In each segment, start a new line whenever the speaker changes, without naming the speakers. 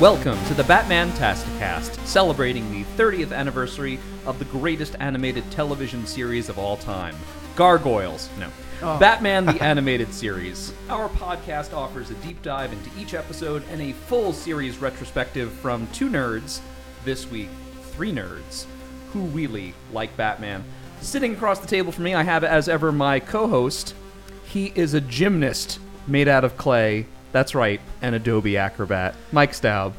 Welcome to the Batman Tasticast, celebrating the 30th anniversary of the greatest animated television series of all time Gargoyles. No. Batman the Animated Series. Our podcast offers a deep dive into each episode and a full series retrospective from two nerds, this week, three nerds, who really like Batman. Sitting across the table from me, I have, as ever, my co host. He is a gymnast made out of clay. That's right, an Adobe Acrobat. Mike Staub.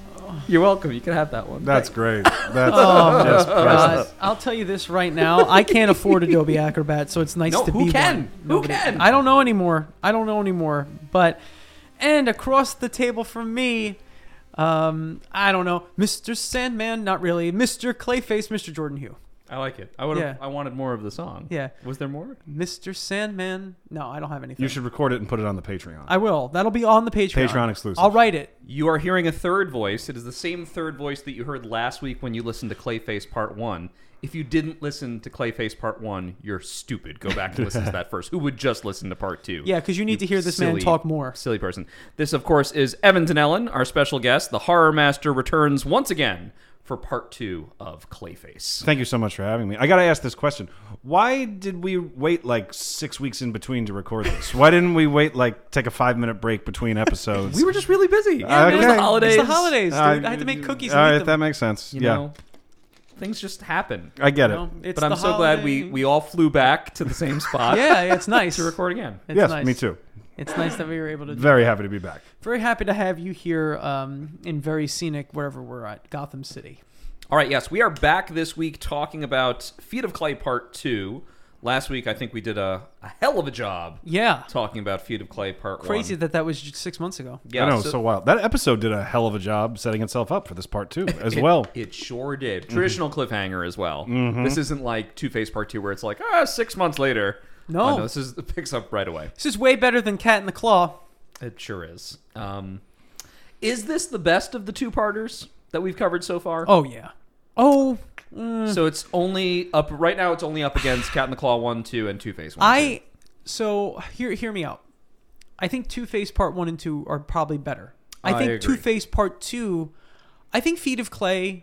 You're welcome. You can have that one.
That's great. That's
Oh
just
Uh,
priceless.
I'll tell you this right now. I can't afford Adobe Acrobat, so it's nice
No,
to
who
be
can?
one.
Who can?
I don't know anymore. I don't know anymore. But and across the table from me, um, I don't know, Mr. Sandman. Not really, Mr. Clayface, Mr. Jordan Hugh,
I like it. I would.
Yeah.
have I wanted more of the song.
Yeah.
Was there more?
Mr. Sandman. No, I don't have anything.
You should record it and put it on the Patreon.
I will. That'll be on the Patreon.
Patreon exclusive.
I'll write it.
You are hearing a third voice. It is the same third voice that you heard last week when you listened to Clayface Part 1. If you didn't listen to Clayface Part 1, you're stupid. Go back and listen to that first. Who would just listen to Part 2?
Yeah, because you need to hear this man
silly-
talk more.
Silly person. This, of course, is Evan Ellen, our special guest. The Horror Master returns once again for Part 2 of Clayface.
Thank you so much for having me. I got to ask this question. Why did we wait like six weeks in between to record this? Why didn't we wait like take a five minute break between episodes?
We were just really busy.
Yeah,
it was the
man, it's the
holidays.
It's the holidays, dude.
Uh,
I had to make cookies.
All
and eat
right,
them.
that makes sense.
You
yeah,
know, things just happen.
I get it.
You know, it's
but I'm
the
so glad we,
holiday.
we all flew back to the same spot
Yeah, it's nice.
to record again.
It's
yes,
nice.
me too.
It's nice that we were able to do
Very happy to be back.
Very happy to have you here um, in very scenic, wherever we're at, Gotham City.
All right, yes, we are back this week talking about Feet of Clay Part 2. Last week, I think we did a, a hell of a job
Yeah.
talking about Feet of Clay Part
Crazy
1.
that that was just six months ago.
Yeah,
I know,
so-
so, wild. That episode did a hell of a job setting itself up for this part too, as
it,
well.
It sure did. Traditional cliffhanger as well. This isn't like Two Face Part 2 where it's like, ah, six months later.
No.
Oh, no, this is, it picks up right away.
This is way better than Cat in the Claw.
It sure is. Um, is this the best of the two parters that we've covered so far?
Oh, yeah. Oh,
So it's only up right now. It's only up against Cat in the Claw one, two, and Two Face one.
I. So, hear, hear me out. I think Two Face Part 1 and 2 are probably better. I
I
think
agree.
Two Face Part 2. I think Feet of Clay,
two.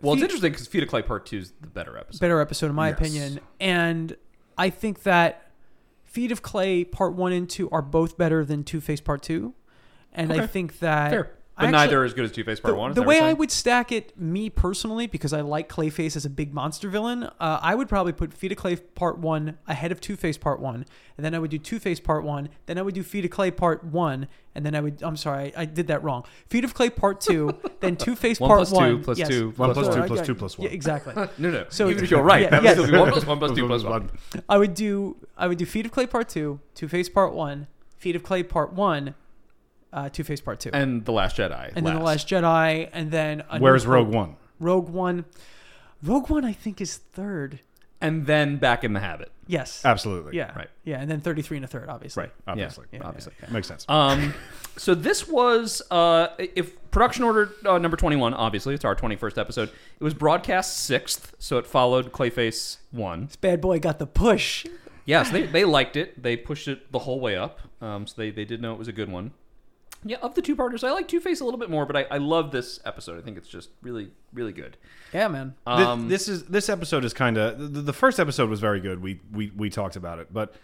Well, it's
Fe-
interesting because Feet of Clay Part Two is the better episode.
better episode, in my
Yes.
opinion. And I think that Feet of Clay Part 1 and 2 are both better than Two Face Part 2. And I
Okay.
think that.
Fair,
I
but
actually-
neither as good as Two Face Part
the,
One. is
the
that
way
what
I
you're
would stack it, me personally, because I like Clayface as a big monster villain, uh, I would probably put Feet of Clay Part One ahead of Two Face Part One, and then I would do Two Face Part One, then I would do Feet of Clay Part One, and then I would. I'm sorry, I, I did that wrong. Feet of Clay Part Two, then Two Face
One
Part
plus two
One.
plus
yes.
two
One plus
Sorry,
two
I
plus
got-
two plus one.
Yeah, exactly.
saying? No, no.
So-
even if you're right,
Yeah,
that
yes.
would still be one plus one plus two plus one.
I would do I would do Feet of Clay Part Two, Two Face Part One, Feet of Clay Part One, uh, Two Face Part Two, and,
And the Last Jedi.
then the Last Jedi, and then a New
Where's
Hope.
Rogue One?
Rogue One. Rogue One, I think, is third.
And then back in the habit.
Yes.
Absolutely.
yeah.
Uh, right.
Yeah, and then 33 and a third, obviously.
Right.
Obviously.
Yeah, obviously.
Makes sense.
Um, so this was uh, if production order uh, number twenty one. Obviously, it's our twenty first episode. It was broadcast sixth, so it followed Clayface one.
This bad boy got the push.
Yes, they, they liked it. They pushed it the whole way up. Um, so they, they did know it was a good one. Yeah, of the two partners, I like Two Face a little bit more, but I, I love this episode. I think it's just really, really good.
Yeah, man.
Thi-
Um,
this is this episode is kind of the, the first episode was very good. We we we talked about it, but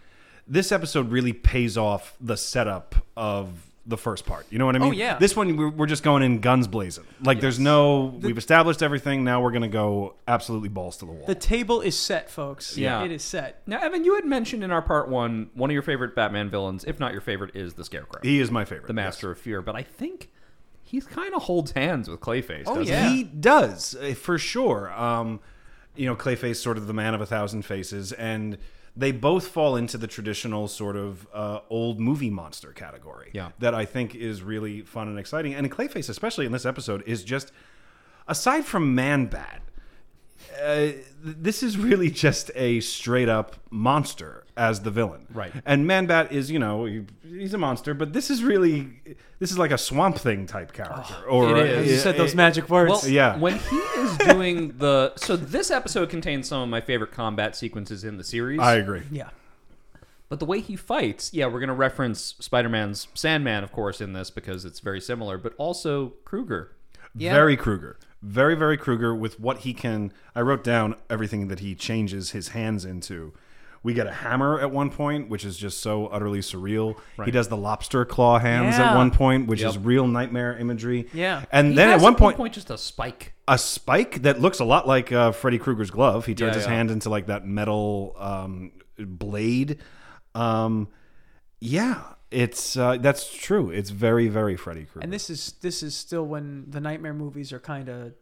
this episode really pays off the setup of the first part. You know what I
Oh,
mean?
yeah.
This one we're, we're just going in guns blazing. Like there's no we've established everything. Now we're gonna go absolutely balls to the wall.
The table is set, folks.
Yeah.
It is set.
Now, Evan, you had mentioned in our part one, one of your favorite Batman villains, if not your favorite, is the Scarecrow,
he is my favorite.
the Master of Fear. But I think he kind of holds hands with Clayface.
Oh,
doesn't he?
yeah.
He does eh, for sure. Um, you know, Clayface, sort of the man of a thousand faces, and they both fall into the traditional sort of uh, old movie monster category.
Yeah.
that I think is really fun and exciting. And Clayface, especially in this episode, is just aside from Man Bat. Uh, th- this is really just a straight up monster as the villain,
Right.
And Man Bat is, you know, he, he's a monster, but this is really, this is like a Swamp Thing type character, or uh,
it
a-
is.
You
Yeah,
said those
a-
magic words.
Well,
Yeah.
When he is doing the so this episode contains some of my favorite combat sequences in the series.
I agree.
yeah.
But the way he fights, yeah, we're going to reference Spider Man's Sandman, of course, in this because it's very similar, but also Kruger.
Yeah.
Very Kruger. Very, very Kruger with what he can. I wrote down everything that he changes his hands into. We get a hammer at one point, which is just so utterly surreal. He does the lobster claw hands
Yeah.
at one point, which
Yep.
is real nightmare imagery.
Yeah.
And
He
then at
has
one point,
just a spike.
a spike that looks a lot like uh, Freddy Krueger's glove. He turns
Yeah,
his
yeah.
hand into like that metal um, blade. Um, yeah, it's uh, that's true. It's very, very Freddy Krueger.
And this is this is still when the nightmare movies are kind of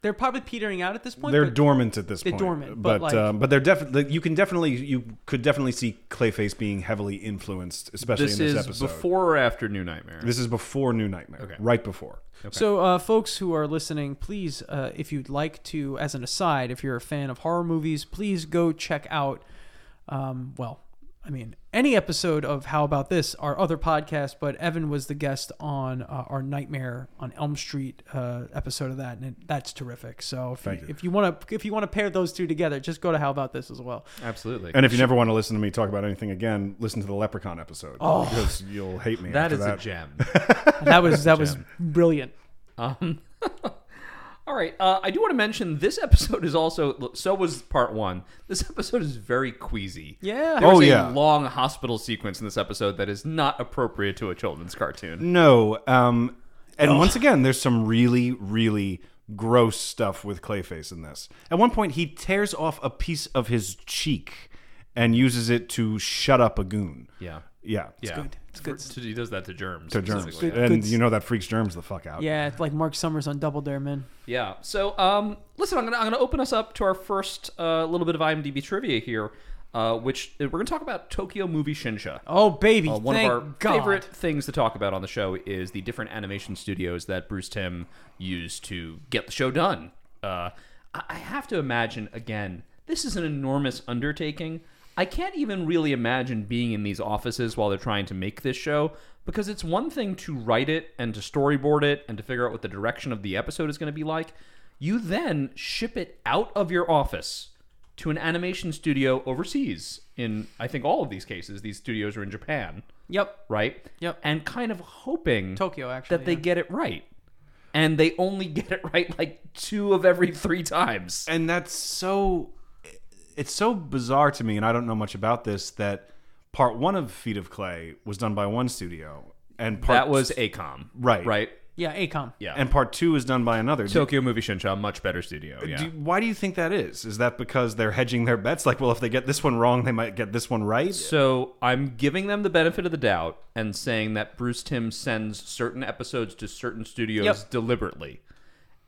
they're probably petering out at this point.
they're
but
dormant at this
They're
point.
dormant,
but
but,
but,
like-
um, but they're definitely you can definitely you could definitely see Clayface being heavily influenced, especially
This
in this
is
episode.
before or after New Nightmare.
this is before New Nightmare,
Okay.
right before.
So, uh, folks who are listening, please, uh, if you'd like to, as an aside, if you're a fan of horror movies, please go check out, um, well, I mean, any episode of How About This, our other podcast, but Evan was the guest on uh, our Nightmare on Elm Street uh, episode of that, and it, that's terrific. So, if
Thank
you,
you.
if you want to if you want to pair those two together, just go to How About This as well.
Absolutely.
And if you never want to listen to me talk about anything again, listen to the Leprechaun episode oh. because you'll hate me.
that
after
is
that.
a gem.
That was that was brilliant.
Um, all right. Uh, I do want to mention this episode is also look, so was part one. This episode is very queasy.
Yeah.
There's
Oh,
a
yeah.
long hospital sequence in this episode that is not appropriate to a children's
Mm.
cartoon.
No. Um, and once again, there's some really, really gross stuff with Clayface in this. At one point, he tears off a piece of his cheek and uses it to shut up a goon.
Yeah.
Yeah.
yeah.
good. It's good.
For- to- he does that to germs.
To germs.
specifically.
Good-
and
good-
you know that freaks germs the fuck out.
Yeah, it's like Mark Summers on Double Dare, man.
Yeah. So, um, listen, I'm gonna I'm gonna open us up to our first uh, little bit of IMDb trivia here, uh, which we're gonna talk about Tokyo Movie Shinsha.
Oh baby,
Uh, one
thank
of our
God.
favorite things to talk about on the show is the different animation studios that Bruce Tim used to get the show done. Uh, I I have to imagine, again, this is an enormous undertaking. I can't even really imagine being in these offices while they're trying to make this show because it's one thing to write it and to storyboard it and to figure out what the direction of the episode is going to be like. You then ship it out of your office to an animation studio overseas. In I think all of these cases, these studios are in Japan,
Yep.
right?
Yep.
And kind of hoping
Tokyo, actually,
that they
yeah.
get it right, and they only get it right like two of every three times.
And that's so. It's so bizarre to me, and I don't know much about this, that part one of Feet of Clay was done by one studio. And part
That was Acom,
Right.
Right.
Yeah, Acom.
Yeah.
and part two is done by another.
Tokyo Movie Shinsha, much better studio. Yeah.
Do, why do you think that is? Is that because they're hedging their bets? Like, well, if they get this one wrong, they might get this one right.
So I'm giving them the benefit of the doubt and saying that Bruce Tim sends certain episodes to certain studios
Yep.
deliberately.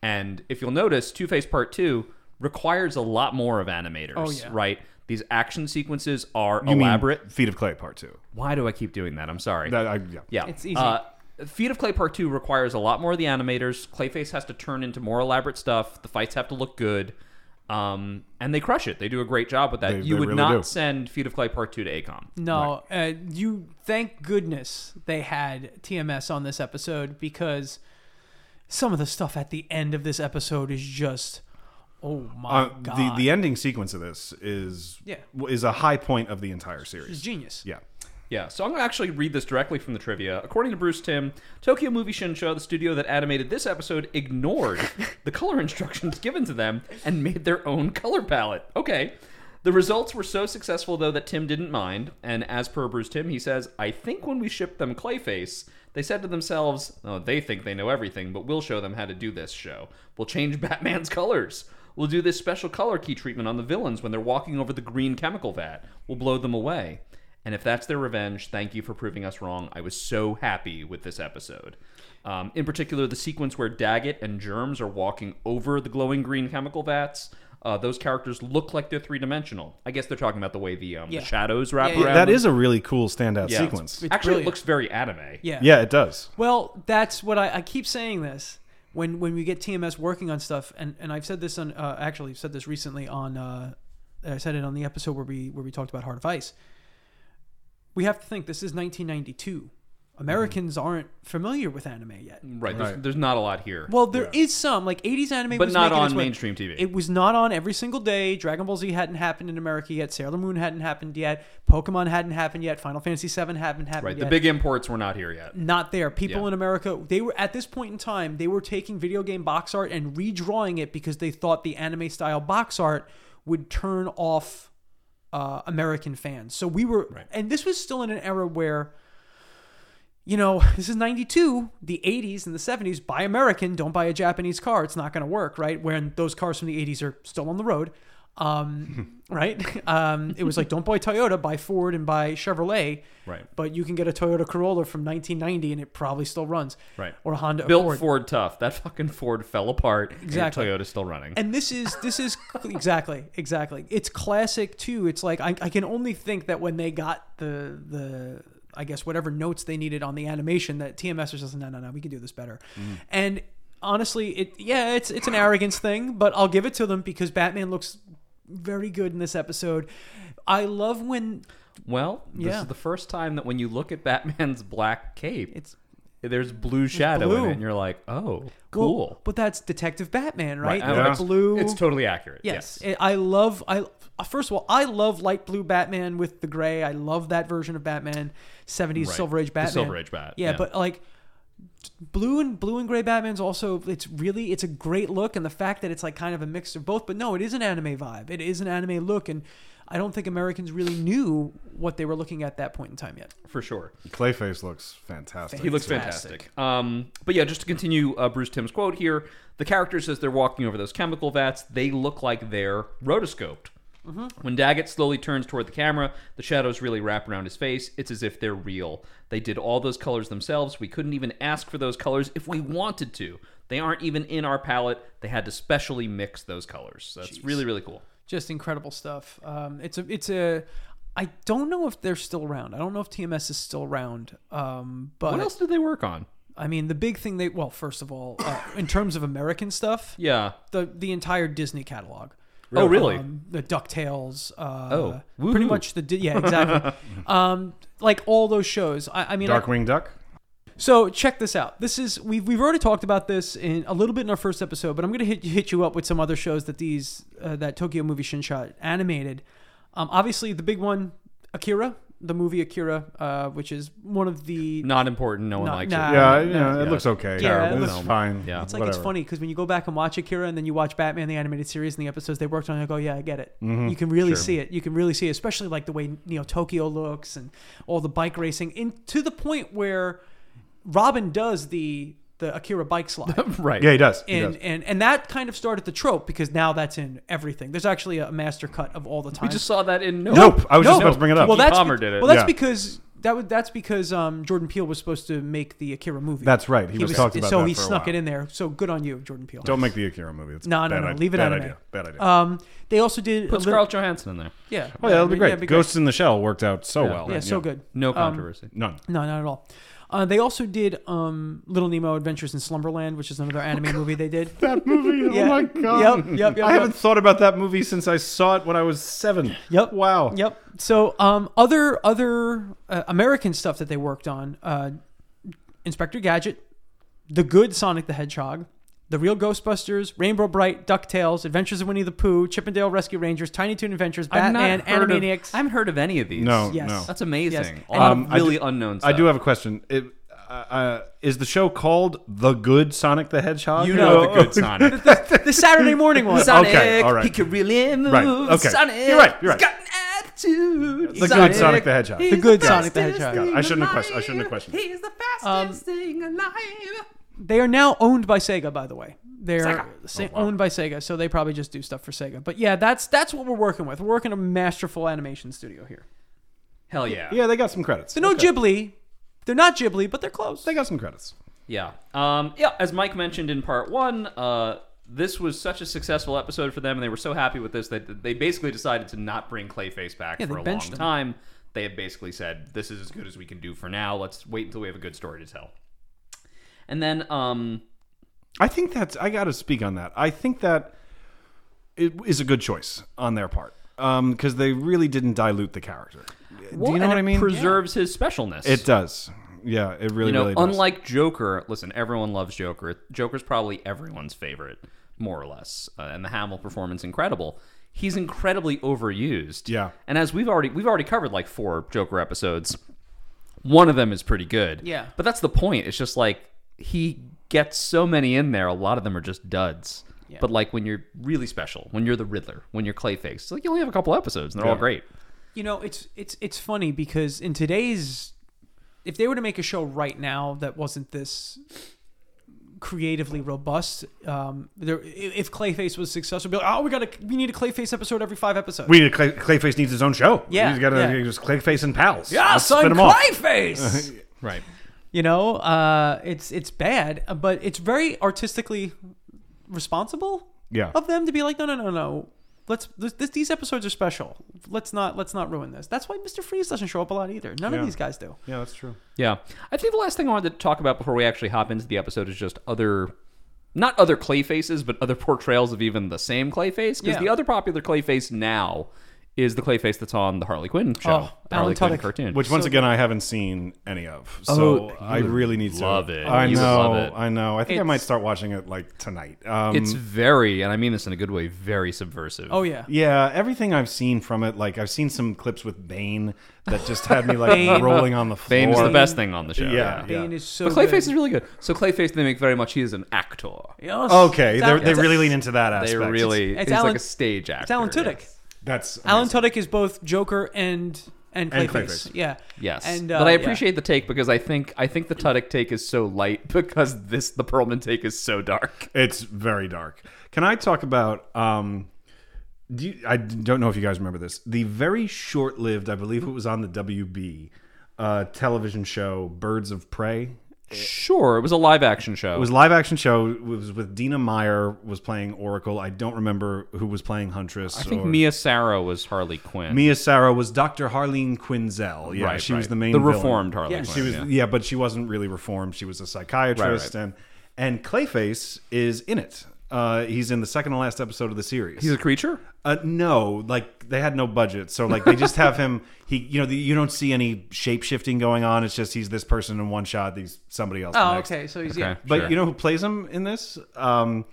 And if you'll notice, Two Face Part Two requires a lot more of animators,
Oh, yeah.
right? These action sequences are
You mean
elaborate.
Feet of Clay Part Two.
Why do I keep doing that? I'm sorry.
That I, yeah.
Yeah.
It's easy.
Uh, Feet of Clay Part 2 requires a lot more of the animators. Clayface has to turn into more elaborate stuff. The fights have to look good. Um, and they crush it. They do a great job with that.
They-
you
they
would
really
not
do.
send Feet of Clay Part 2 to Acom.
No, uh, you. Thank goodness they had TMS on this episode because some of the stuff at the end of this episode is just, oh my
Uh,
god,
the the ending sequence of this is
Yeah.
is a high point of the entire
it's
series.
genius.
Yeah.
Yeah, so I'm going to actually read this directly from the trivia. According to Bruce Tim, Tokyo Movie Shinsha, the studio that animated this episode, ignored the color instructions given to them and made their own color palette. Okay. The results were so successful, though, that Tim didn't mind. And as per Bruce Tim, he says, I think when we shipped them Clayface, they said to themselves, oh, they think they know everything, but we'll show them how to do this show. We'll change Batman's colors. We'll do this special color key treatment on the villains when they're walking over the green chemical vat. We'll blow them away. And if that's their revenge, thank you for proving us wrong. I was so happy with this episode. Um, in particular, the sequence where Daggett and Germs are walking over the glowing green chemical vats. Uh, those characters look like they're three dimensional. I guess they're talking about the way the, um,
Yeah.
the shadows wrap
Yeah, yeah.
around.
That
them.
is a really cool standout
Yeah.
sequence.
It's
actually it
brilliant.
looks very anime.
Yeah.
yeah, it does.
Well, that's what I, I keep saying this when when we get TMS working on stuff, and, and I've said this on uh, actually said this recently on uh, I said it on the episode where we where we talked about Heart of Ice. We have to think this is 1992. Americans aren't familiar with anime yet.
Right. There's,
Right.
there's not a lot here.
Well, there is some like '80s anime,
But
was
not
making
on
its way-
mainstream TV.
It was not on every single day. Dragon Ball Z hadn't happened in America yet. Sailor Moon hadn't happened yet. Pokemon hadn't happened yet. Final Fantasy VII hadn't happened
right.
yet.
The big imports were not here yet.
not there. People
Yeah.
in America, they were at this point in time, they were taking video game box art and redrawing it because they thought the anime style box art would turn off uh, American fans. So we were, and this was still in an era where, you know, this is 92, the 80s and the 70s, buy American, don't buy a Japanese car. It's not going to work, right? When those cars from the 80s are still on the road. Um, right? Um, it was like, don't buy Toyota, buy Ford and buy Chevrolet
Right.
but you can get a Toyota Corolla from 1990 and it probably still runs.
Right.
Or a Honda
Built
Accord.
Ford tough. That fucking Ford fell apart. and your
Exactly.
Toyota's still running.
and this is this is exactly exactly. It's classic too. It's like I, I can only think that when they got the the I guess whatever notes they needed on the animation that TMS was just no no no we can do this better. And honestly, it yeah it's it's an arrogance thing, but I'll give it to them because Batman looks very good in this episode. I love when
well, this
Yeah.
is the first time that when you look at Batman's black cape,
it's
there's blue shadow in
blue.
it, and you're like, oh,
well,
cool.
but that's Detective Batman, right?
I-
Yeah.
Like Blue.
It's totally accurate.
Yes,
Yes.
It- I love. I uh, first of all, I love light blue Batman with the gray. I love that version of Batman, seventies
Right.
Silver Age
The
Batman,
Silver Age Bat,
Yeah,
yeah.
but like blue and blue and gray Batman's also. It's really it's a great look, and the fact that it's like kind of a mix of both. But no, it is an anime vibe. It is an anime look, and I don't think Americans really knew what they were looking at that point in time yet.
for sure.
Clayface looks fantastic.
He looks
Fantastic.
fantastic. Um, but yeah, just to continue uh, Bruce Tim's quote here, the characters as they're walking over those chemical vats, they look like they're rotoscoped.
Mm-hmm.
When Daggett slowly turns toward the camera, the shadows really wrap around his face. It's as if they're real. They did all those colors themselves. We couldn't even ask for those colors if we wanted to. They aren't even in our palette. They had to specially mix those colors. So that's really, really cool.
Just incredible stuff. Um, it's a it's a. I don't know if they're still around. I don't know if TMS is still around. Um, but
What else did they work on?
I mean, the big thing they well, first of all, uh, in terms of American stuff,
Yeah.
the the entire Disney catalog.
Oh, really?
Um, the Ducktales. Uh,
Oh,
pretty
woohoo.
much the Di- yeah, exactly. um, like all those shows. I, I mean, I-
Darkwing Duck.
so check this out. This is we've we've already talked about this in a little bit in our first episode, but I'm gonna hit hit you up with some other shows that these uh, that Tokyo Movie Shinshot animated. Um, obviously the big one, Akira, the movie Akira, uh, which is one of the
Not important. No one
Not-
likes
nah.
it.
Yeah,
no,
yeah,
no.
it looks okay.
Yeah, it
it looks
looks-
fine.
Yeah.
It's like it's funny because when you go back and watch Akira and then you watch Batman the animated series and the episodes they worked on, you go, yeah, I get it.
Mm-hmm.
you can really see it. You can really see, it, especially like the way Neo Tokyo looks and all the bike racing, and to the point where Robin does the the Akira bike slide.
Right.
Yeah, he does. He
And,
does.
and and that kind of started the trope because now that's in everything. There's actually a master cut of all the time.
We just saw that in Nope.
Nope. I was just about
Nope.
to bring it up.
Well,
Well,
that-
that,
Kiki Palmer
be-
did it.
Well, that's
Yeah.
because that would that's because um, Jordan Peele was supposed to make the Akira movie.
That's right. He was talked about
so
that
he
for a
snuck
while.
it in there. So good on you, Jordan Peele.
Don't make the Akira movie. It's
No,
bad
no, no.
idea.
Leave it
bad
anime.
idea. Bad idea.
Um, they also did a
Put
little-
Scarlett Johansson in there.
Yeah.
oh yeah, that'd be great.
it'd
Ghosts in the Shell worked out so well.
Yeah, so good.
No controversy.
None.
No, not at all. Uh, they also did um, Little Nemo Adventures in Slumberland, which is
Oh,
another anime movie they did.
That movie.
Yeah.
Oh my god.
Yep, yep, yep,
I haven't
yep.
thought about that movie since I saw it when I was seven.
Yep.
Wow.
Yep. So um, other other uh, American stuff that they worked on: uh, Inspector Gadget, The Good Sonic the Hedgehog, The Real Ghostbusters, Rainbow Bright, Ducktales, Adventures of Winnie the Pooh, Chippendale Rescue Rangers, Tiny Toon Adventures, Batman,
heard of-
Animaniacs.
I haven't heard of any of these.
No.
Yes.
No.
That's amazing.
Yes.
A lot
Um,
of
I do-
really unknown stuff.
I do have a question. It, uh, uh, is the show called The Good Sonic the Hedgehog?
You know
Oh,
the good Sonic.
the Saturday morning one.
Sonic,
Okay, all right.
he can really move.
Right, okay.
Sonic,
You're right, you're
he's got
right.
an attitude.
The good Sonic the Hedgehog.
he's
The
good Sonic the
fastest
Hedgehog.
God,
thing
I shouldn't have
alive.
questioned- I shouldn't have questioned it.
He's the fastest thing alive.
They are now owned by Sega, by the way. They're
Sega.
Oh,
sa- owned by Sega, so they probably just do stuff for Sega. But yeah, that's that's what we're working with. We're working a masterful animation studio here.
Hell yeah.
Yeah, they got some credits.
They're no Ghibli. They're not Ghibli, but they're close.
They got some credits.
Yeah. Um, yeah. As Mike mentioned in part one, uh, this was such a successful episode for them, and they were so happy with this that they basically decided to not bring Clayface back
Yeah, they
for a long
benched him.
time. They had basically said, "This is as good as we can do for now. Let's wait until we have a good story to tell." And then, um,
I think that's. I got to speak on that. I think that it is a good choice on their part um, because they really didn't dilute the character.
well,
do you know
and
what
it
I mean?
Preserves his specialness.
It does. Yeah, it really,
you know,
really does.
unlike Joker, listen, everyone loves Joker. Joker's probably everyone's favorite, more or less. Uh, and the Hamill performance incredible. He's incredibly overused.
Yeah.
And as we've already we've already covered like four Joker episodes, one of them is pretty good.
Yeah.
But that's the point. It's just like he gets so many in there. A lot of them are just duds.
Yeah.
But like when you're really special, when you're the Riddler, when you're Clayface, it's like you only have a couple episodes and they're all
Yeah.
great.
You know, it's it's it's funny because in today's if they were to make a show right now that wasn't this creatively robust, um, there i- if Clayface was successful, it'd be like, oh, we got to we need a Clayface episode every five episodes.
we need a Clay, Clayface needs his own show.
Yeah,
he's got to
yeah.
just Clayface and pals.
yeah,
Let's
son,
spin 'em off.
Clayface.
Right.
you know, uh, it's it's bad, uh, but it's very artistically responsible
Yeah,
of them to be like, no, no, no, no. Let's this, this, these episodes are special. Let's not let's not ruin this. That's why Mr. Freeze doesn't show up a lot either. None
Yeah.
of these guys do.
yeah, that's true.
Yeah. I think the last thing I wanted to talk about before we actually hop into the episode is just other not other clay faces, but other portrayals of even the same clay face. Because
Yeah.
the other popular clay face now is the clay face that's on the Harley Quinn show.
Oh,
the Harley
Alan
Quinn
Tudyk.
cartoon.
Which once
So-
again I haven't seen any of, so
Oh,
I
you would
really need to
love it.
I
You would
know,
love it.
I know. I think I
It's-
might start watching it like tonight. Um,
it's very and I mean this in a good way, very subversive.
mm. Oh yeah.
yeah, everything I've seen from it, like I've seen some clips with Bane that just had me like
Bane.
rolling on the floor.
Fame is the best thing on the show.
Yeah.
Bane is so
But Clayface
good.
is really good. So Clayface, they make very much. He is an actor.
Yes.
Okay, they're- they
It's-
really lean into that
They
aspect.
really.
It's- it's
he's
Alan-
like a stage actor.
It's Alan Tudyk.
That's
Alan
amazing.
Tudyk is both Joker and and Clayface.
And Clayface.
Yeah.
Yes,
And uh,
but I
yeah.
appreciate the take because I think I think the Tudyk take is so light because this the Perlman take is so dark.
It's very dark. Can I talk about? Um, do you, I don't know if you guys remember this. The very short-lived, I believe it was on the WB uh, television show, Birds of Prey.
Sure, it was a live action show.
It was a live-action show. It was with Dina Meyer was playing Oracle. I don't remember who was playing Huntress.
I think Mia Sara was Harley Quinn.
Mia Sara was Dr. Harleen Quinzel. Yeah,
Right,
she was
right.
the main
the
villain.
reformed Harley
Yeah.
Quinn.
She was
yeah.
yeah. but she wasn't really reformed. She was a psychiatrist, and and Clayface is in it. Uh, he's in the second to last episode of the series.
He's a creature.
Uh, no, like they had no budget, so like they just have him. He, you know, the, you don't see any shape shifting going on. It's just he's this person in one shot. He's somebody else.
Oh,
next.
okay. So he's yeah.
Okay.
But
Sure.
you know who plays him in this? Um,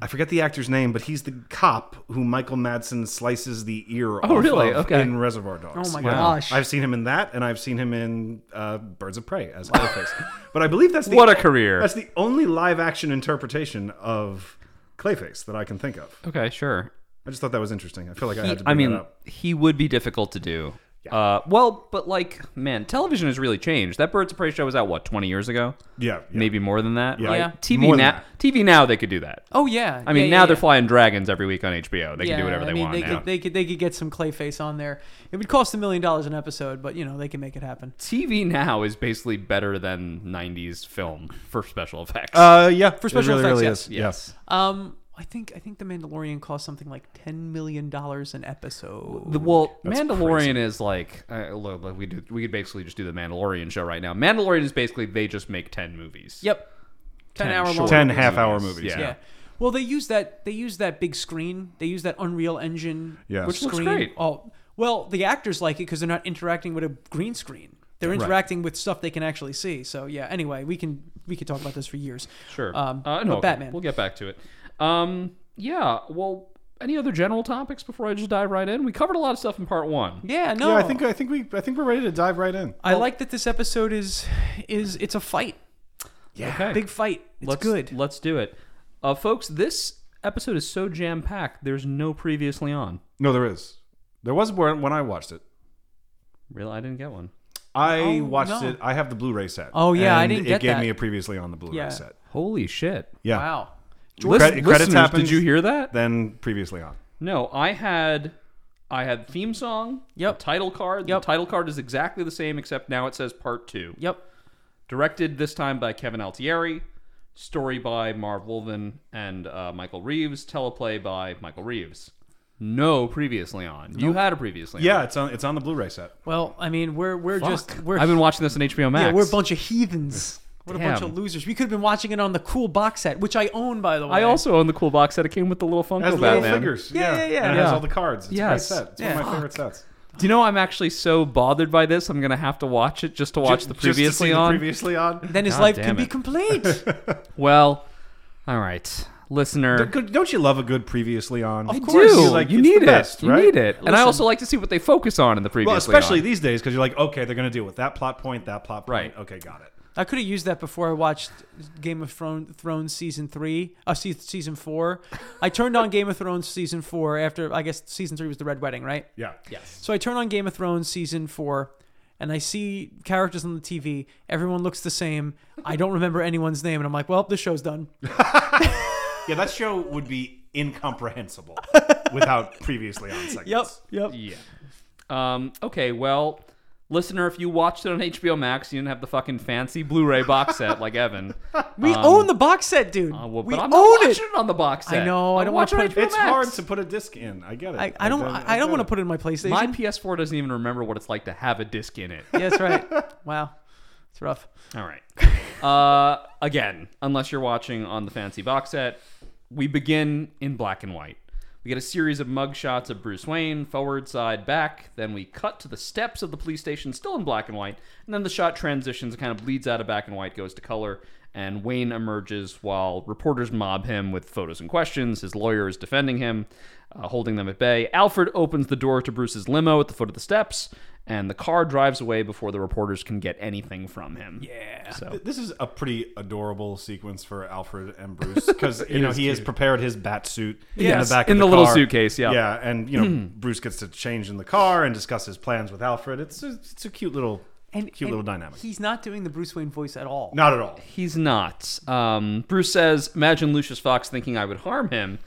I forget the actor's name, but he's the cop who Michael Madsen slices the ear. off
Oh, really?
of
Okay.
In Reservoir Dogs.
Oh, my gosh.
I've seen him in that, and I've seen him in uh, Birds of Prey as Clayface. but I believe that's the,
What a career.
That's the only live action interpretation of Clayface that I can think of.
Okay, sure.
I just thought that was interesting. I feel like I
He-
had to.
I
Bring that
mean,
up.
he would be difficult to do. Uh, well, but like, man, television has really changed. That Birds of Prey show was out what twenty years ago,
Yeah, yeah.
maybe more than that.
Yeah.
Like,
Yeah.
TV
More than
now,
that.
TV now they could do that.
Oh yeah.
I mean,
Yeah,
now
yeah,
they're
yeah.
flying dragons every week on HBO. They can do whatever
I
they
mean,
want
They
now.
could, they could they could get some Clayface on there. It would cost a million dollars an episode, but you know they can make it happen.
TV now is basically better than '90s film for special effects.
Uh, yeah, for
special
really,
effects,
really
yes,
is. Yes.
Um, I think I think the Mandalorian cost something like ten million dollars an episode.
The, well, Mandalorian is like uh, look, like we do. We could basically just do the Mandalorian show right now. Mandalorian is basically they just make ten movies.
Yep, ten,
10
hour long.
short
Ten half-hour movies,
Yeah.
Yeah. Well, they use that they use that big screen. They use that Unreal Engine.
Yeah. Which
looks
screen.
great.
Oh, well, the actors like it because they're not interacting with a green screen. They're interacting with stuff they can actually see. So yeah. Anyway, we can we could talk about this for years.
Sure.
Um,
uh,
but
no,
Batman.
We'll get back to it. Um, yeah. Well, any other general topics before I just dive right in? We covered a lot of stuff in part one.
yeah. No.
Yeah, I think I think we I think we're ready to dive right in.
I like that this episode is is it's a fight.
Yeah.
Okay.
Big fight. It's
let's,
good.
Let's do it, uh, folks. This episode is so jam packed. There's no previously on.
No, there is. There was one when I watched it.
Really, I didn't get one.
I
Oh,
watched
no.
it. I have the Blu-ray set.
Oh, yeah, I
and
didn't
It
get
gave
that.
me a previously on the Blu-ray
Yeah.
set.
Holy shit!
Yeah.
Wow.
Lis-
Credit- credits
listeners,
happens.
did you hear that?
Then previously on.
No, I had I had theme song,
Yep.
the title card.
Yep.
The title card is exactly the same except now it says part 2.
Yep.
Directed this time by Kevin Altieri, story by Marv Wolven and uh, Michael Reeves, teleplay by Michael Reeves. No previously on. You had a previously on.
Yeah, it's on. It's on the Blu-ray set.
Well, I mean, we're we're just
Fuck.
we're
I've been watching this on HBO Max.
yeah, we're a bunch of heathens. What a bunch
Damn.
of losers. We could have been watching it on the cool box set, which I own by the way.
I also own the cool box set. It came with the little Funko
It has the
Batman.
little figures.
Yeah, yeah, yeah.
And it has
Yeah.
all the cards. It's a
Yes.
great set. It's
Yeah.
one of my favorite sets.
Do you know I'm actually so bothered by this? I'm gonna have to watch it just to watch
Ju-
the
just to see
previously
the
on.
previously on.
Then his
God
life
damn
can be
it.
complete.
well, all right, listener.
Good- Don't you love a good previously on?
I
Of
do.
You're like,
you
it's
need
the
it.
best,
you
right?
need it. And I
Listen.
also like to see what they focus on in the previously.
Well, especially
on.
these days because you're like, okay, they're going to deal with that plot point, that plot point.
Right.
Okay, got it.
I could have used that before I watched Game of Thron- Thrones season three, uh, se- season four. I turned on Game of Thrones season four after I guess season three was the Red Wedding, right?
Yeah.
Yes.
So I turn on Game of Thrones season four, and I see characters on the TV. Everyone looks the same. I don't remember anyone's name, and I'm like, well, the show's done.
Yeah, that show would be incomprehensible without previously on segments.
Yep, yep.
Yeah. Um, okay, well, listener, if you watched it on HBO Max, you didn't have the fucking fancy Blu-ray box set like Evan.
We
Um,
own the box set, dude.
Uh, well,
we
but I'm
own
not
it.
watching it on the box set.
I know, I
I'm
don't wanna
watching it on
put-
HBO
It's
Max.
hard to put a disc in. I get it.
I, I don't.
get it.
I, I don't
get
want to
it.
put it in my PlayStation.
My PS4 doesn't even remember what it's like to have a disc in it.
yeah, that's right. Wow, it's rough.
All right. Uh, again, unless you're watching on the fancy box set, we begin in black and white. We get a series of mugshots of Bruce Wayne, forward, side, back. Then we cut to the steps of the police station, still in black and white. And then the shot transitions, kind of bleeds out of black and white, goes to color. And Wayne emerges while reporters mob him with photos and questions. His lawyer is defending him, uh, holding them at bay. Alfred opens the door to Bruce's limo at the foot of the steps, and the car drives away before the reporters can get anything from him. Yeah. So
Th- This is a pretty adorable sequence for Alfred and Bruce because you know
is
he has
cute.
prepared his bat suit in
Yes,
the back
in
of the,
the little
car.
suitcase, yeah.
yeah, and you know
Hmm.
Bruce gets to change in the car and discuss his plans with Alfred. It's a, it's a cute little
And
cute
and
little dynamic.
He's not doing the Bruce Wayne voice at all.
Not at all.
he's not. Um, Bruce says, Imagine Lucius Fox thinking I would harm him.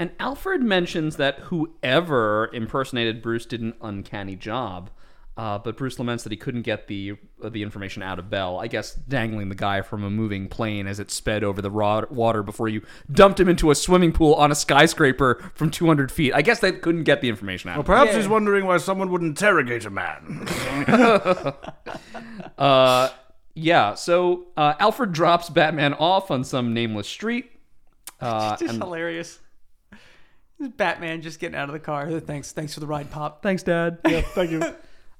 And Alfred mentions that whoever impersonated Bruce did an uncanny job. Uh, but Bruce laments that he couldn't get the uh, the information out of Bell. I guess dangling the guy from a moving plane as it sped over the ro- water before you dumped him into a swimming pool on a skyscraper from 200 feet. I guess they couldn't get the information out. of him.
Perhaps
Yeah.
he's wondering why someone would interrogate a man.
Uh, yeah. So uh, Alfred drops Batman off on some nameless street. Uh,
It's just hilarious. This Batman just getting out of the car. Thanks, thanks for the ride, Pop.
Thanks, Dad.
Thank you.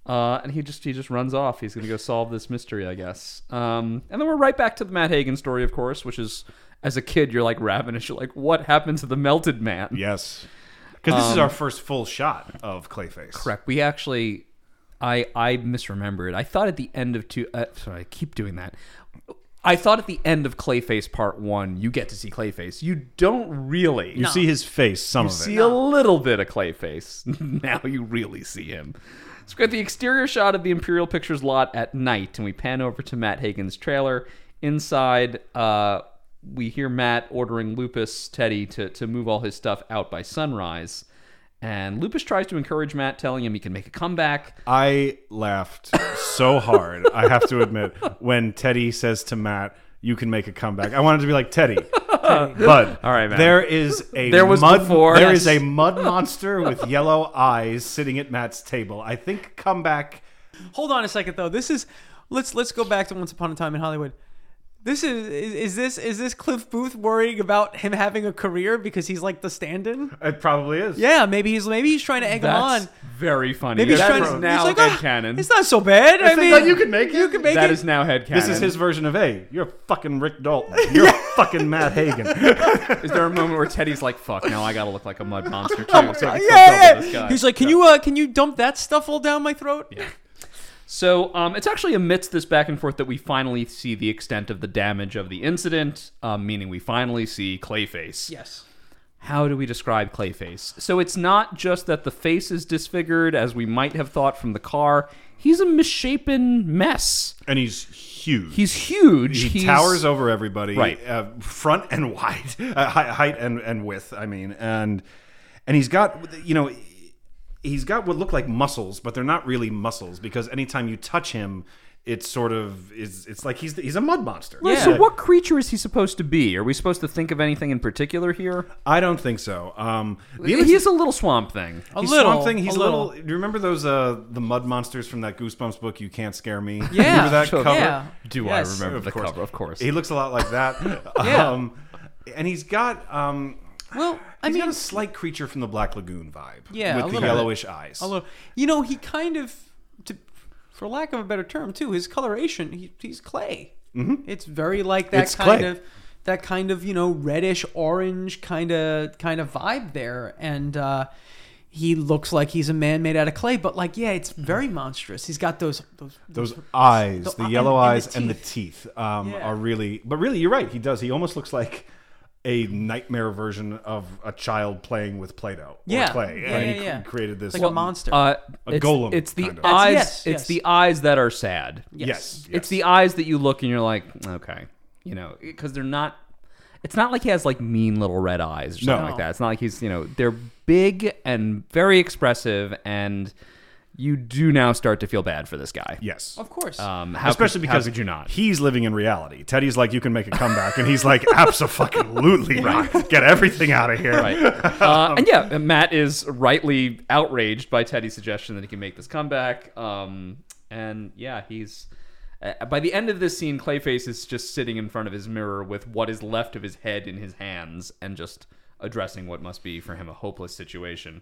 Uh, and he just he just runs off. He's gonna go solve this mystery, I guess. Um, and then we're right back to the Matt Hagen story, of course, which is as a kid you're like ravenous. You're like, what happened to the melted man?
Yes, because this is our first full shot of Clayface.
Correct. We actually, I I misremembered. I thought at the end of two. Uh, sorry, I keep doing that. I thought at the end of Clayface Part One, you get to see Clayface. You don't really.
You see his face, some of
see
it.
a little bit of Clayface. now you really see him. So we got the exterior shot of the Imperial Pictures lot at night, and we pan over to Matt Hagen's trailer. Inside, uh, we hear Matt ordering Lupus Teddy to, to move all his stuff out by sunrise. And Lupus tries to encourage Matt, telling him he can make a comeback.
I laughed so hard, I have to admit, when Teddy says to Matt, you can make a comeback. I wanted to be like Teddy. Bud. All
right, man.
There is a
There was
mud,
before.
There
Yes.
is a mud monster with yellow eyes sitting at Matt's table. I think comeback
Hold on a second though. This is let's let's go back to Once Upon a Time in Hollywood. This is, is is this is this Cliff Booth worrying about him having a career because he's like the stand-in?
it probably is.
Yeah, maybe he's maybe he's trying to egg him
That's
on.
very funny.
Maybe he's
that
trying
is
to,
now
he's like,
head
"Ah,
canon.
It's not so bad. I
I
mean,
mean, "Oh, you can make it. You
can make
That
it.
is now head canon.
This is his version of A. You're a fucking Rick Dalton. You're a fucking Matt Hagen.
Is there a moment where Teddy's like, "Fuck, now I gotta look like a mud monster too"? So I can
Oh, yeah,
double this guy.
yeah. He's like, can you uh, can you dump that stuff all down my throat?
So um, it's actually amidst this back and forth that we finally see the extent of the damage of the incident, um, meaning we finally see Clayface.
Yes.
How do we describe Clayface? So it's not just that the face is disfigured, as we might have thought from the car. He's a misshapen mess.
And he's huge.
He's huge.
he
He's-
towers over everybody,
Right.
Uh, front and wide, uh, hi- height and, and width. I mean, and and he's got you know he's got what look like muscles, but they're not really muscles because anytime you touch him, it's sort of is it's like he's he's a mud monster.
Well, So what creature is he supposed to be? Are we supposed to think of anything in particular here?
I don't think so. Um, the image-
He's a little swamp thing.
A
he's
little.
Swamp Thing, He's
a
a little. Do you remember those uh the mud monsters from that Goosebumps book? You can't scare me.
Yeah,
remember that
sure.
cover?
Yeah.
Do I
Yes.
remember
Of
the
course.
cover? Of course.
He looks a lot like that.
Yeah.
Um, and he's Um, got um,
Well, I
He's
mean,
got a slight creature from the Black Lagoon vibe.
Yeah, a
with the
little bit.
yellowish eyes.
Although, you know, he kind of, to, for lack of a better term, too, his coloration, he, he's clay. Mm-hmm. It's very like that
It's
kind
clay.
of, that kind of you know reddish orange kind of kind of vibe there, and uh, he looks like he's a man made out of clay. But like, yeah, it's very monstrous. He's got those those,
Those eyes,
The
the,
eye-
yellow
and- and
eyes,
the
and the teeth, um,
Yeah.
are really. But really, you're right. He does. He almost looks like a nightmare version of a child playing with Play-Doh or
Yeah.
clay,
Yeah,
and
yeah,
he
yeah.
created this.
like a monster.
Uh,
A
it's,
golem,
It's the
kind of.
eyes.
Yes, yes.
It's the eyes that are sad.
yes, yes.
It's the eyes that you look and you're like, okay, you know, because they're not. It's not like he has like mean little red eyes or something
No.
like that. It's not like he's you know they're big and very expressive, and you do now start to feel bad for this guy.
yes.
of course.
Um, how
Especially
could-
because
how could you not?
he's living in reality. Teddy's like, you can make a comeback, and he's like, absolutely not. Get everything out of here.
right. Uh,
Um,
and yeah, Matt is rightly outraged by Teddy's suggestion that he can make this comeback. Um, and yeah, he's. Uh, by the end of this scene, Clayface is just sitting in front of his mirror with what is left of his head in his hands and just addressing what must be for him a hopeless situation.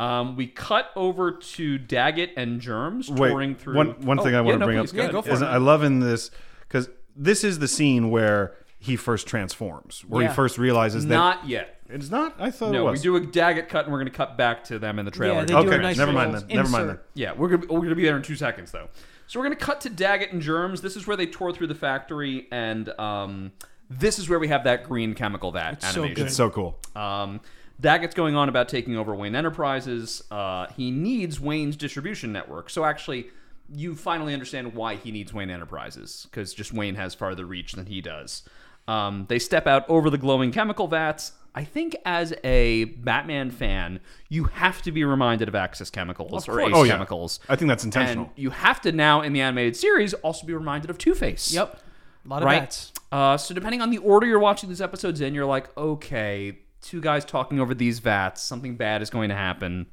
Um, we cut over to Daggett and Germs touring through.
One, one
Oh,
thing I want
yeah,
to
no,
bring
please,
up
ahead.
go for
is
it.
I love in this because this is the scene where he first transforms, where
Yeah.
he first realizes that
Not yet.
it's not. I thought
No,
it
we
was.
do a Daggett cut and we're going to cut back to them in the trailer.
yeah, they do
Okay,
a nice
never mind
little
then, never mind
insert.
Yeah, we're gonna, we're gonna be there in two seconds though. So we're gonna cut to Daggett and Germs. This is where they tore through the factory, and um, this is where we have that green chemical vat
so
animation.
It's so cool.
Um, Daggett's going on about taking over Wayne Enterprises. Uh, he needs Wayne's distribution network. So actually, you finally understand why he needs Wayne Enterprises because just Wayne has farther reach than he does. Um, they step out over the glowing chemical vats. I think as a Batman fan, you have to be reminded of Axis Chemicals or Ace
Oh, yeah.
Chemicals.
I think that's intentional.
And you have to now in the animated series also be reminded of Two Face.
Yep, a lot of
Right.
bats.
Uh, so depending on the order you're watching these episodes in, you're like, okay, two guys talking over these vats, something bad is going to happen,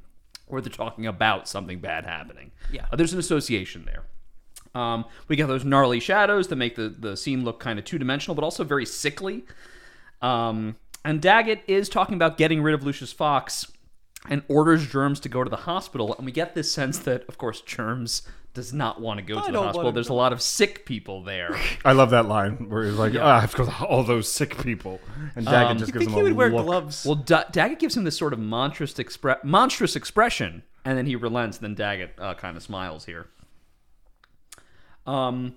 or they're talking about something bad happening.
Yeah.
Uh, there's an association there. Um, we got those gnarly shadows that make the, the scene look kind of two dimensional, but also very sickly. Um, and Daggett is talking about getting rid of Lucius Fox and orders Germs to go to the hospital. And we get this sense that, of course, Germs does not want to go to the
don't want
hospital.
him
There's a lot of sick people there.
I love that line where he's like, "Ah, I have to go to all those sick people, and Daggett just
I
gives him
think Um, he
a
would wear
look.
gloves.
Well, da- Daggett gives him this sort of monstrous expre- monstrous expression, and then he relents. Then Daggett uh, kind of smiles here. Um,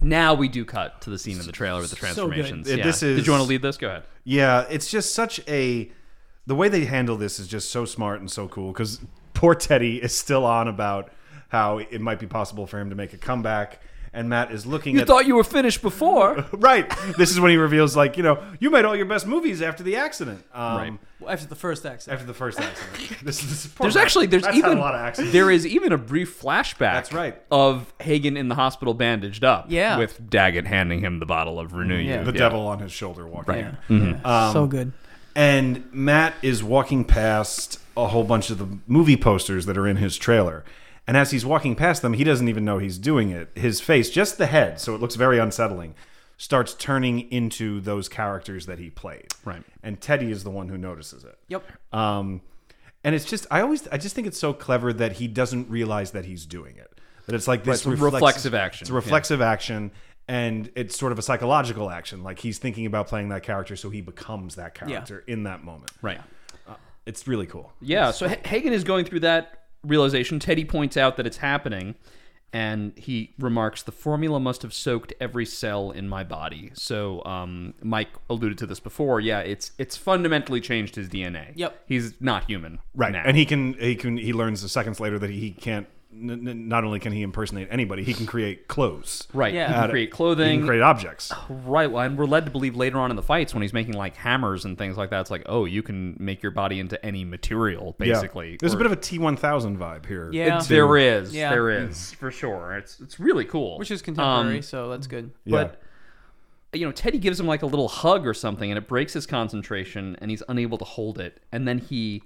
now we do cut to the scene in the trailer with the transformations.
It-
Yeah.
this
Did
is-
you want to lead this? Go ahead.
Yeah, it's just such a. The way they handle this is just so smart and so cool because poor Teddy is still on about how it might be possible for him to make a comeback, and Matt is looking
You
at
thought you were finished before.
right. This is when he reveals, like, you know, you made all your best movies after the accident. Um,
Right.
Well, after the first accident.
After the first accident. this is this poor
There's
Matt.
actually there's
Matt's had
even
a lot of accidents.
there is even a brief flashback. That's
right.
Of Hagen in the hospital bandaged up.
Yeah.
With Daggett handing him the bottle of Renew You.
Yeah.
the devil on his shoulder walking.
Yeah. so good.
And Matt is walking past a whole bunch of the movie posters that are in his trailer. And as he's walking past them, he doesn't even know he's doing it. His face, just the head, so it looks very unsettling, starts turning into those characters that he played.
Right.
And Teddy is the one who notices it.
Yep.
Um, and it's just I always I just think it's so clever that he doesn't realize that he's doing it. That it's like this
Right, it's a
reflex-
reflexive action,
It's a reflexive action, and it's sort of a psychological action. Like he's thinking about playing that character, so he becomes that character in that moment.
Right.
It's really cool.
Yeah, so H- Hagen is going through that realization. Teddy points out that it's happening, and he remarks, The formula must have soaked every cell in my body. So, um, Mike alluded to this before. Yeah, it's it's fundamentally changed his DNA.
Yep.
He's not human.
Right.
Now.
And he can he can he learns seconds later that he, he can't. N- n- not only can he impersonate anybody, he can create clothes.
Right.
Yeah.
He
Out
can
of-
create
He
clothing.
can create objects.
Right. Well, and we're led to believe later on in the fights when he's making like hammers and things like that, it's like, oh, you can make your body into any material, basically.
yeah. there's a
Or-
bit of a T1000 vibe here.
Yeah.
too.
there is.
Yeah. Mm-hmm.
There is, for sure. It's it's really cool.
Which is
Um,
contemporary, so that's good.
Yeah.
But you know, Teddy gives him like a little hug or something, and it breaks his concentration, and he's unable to hold it. And then he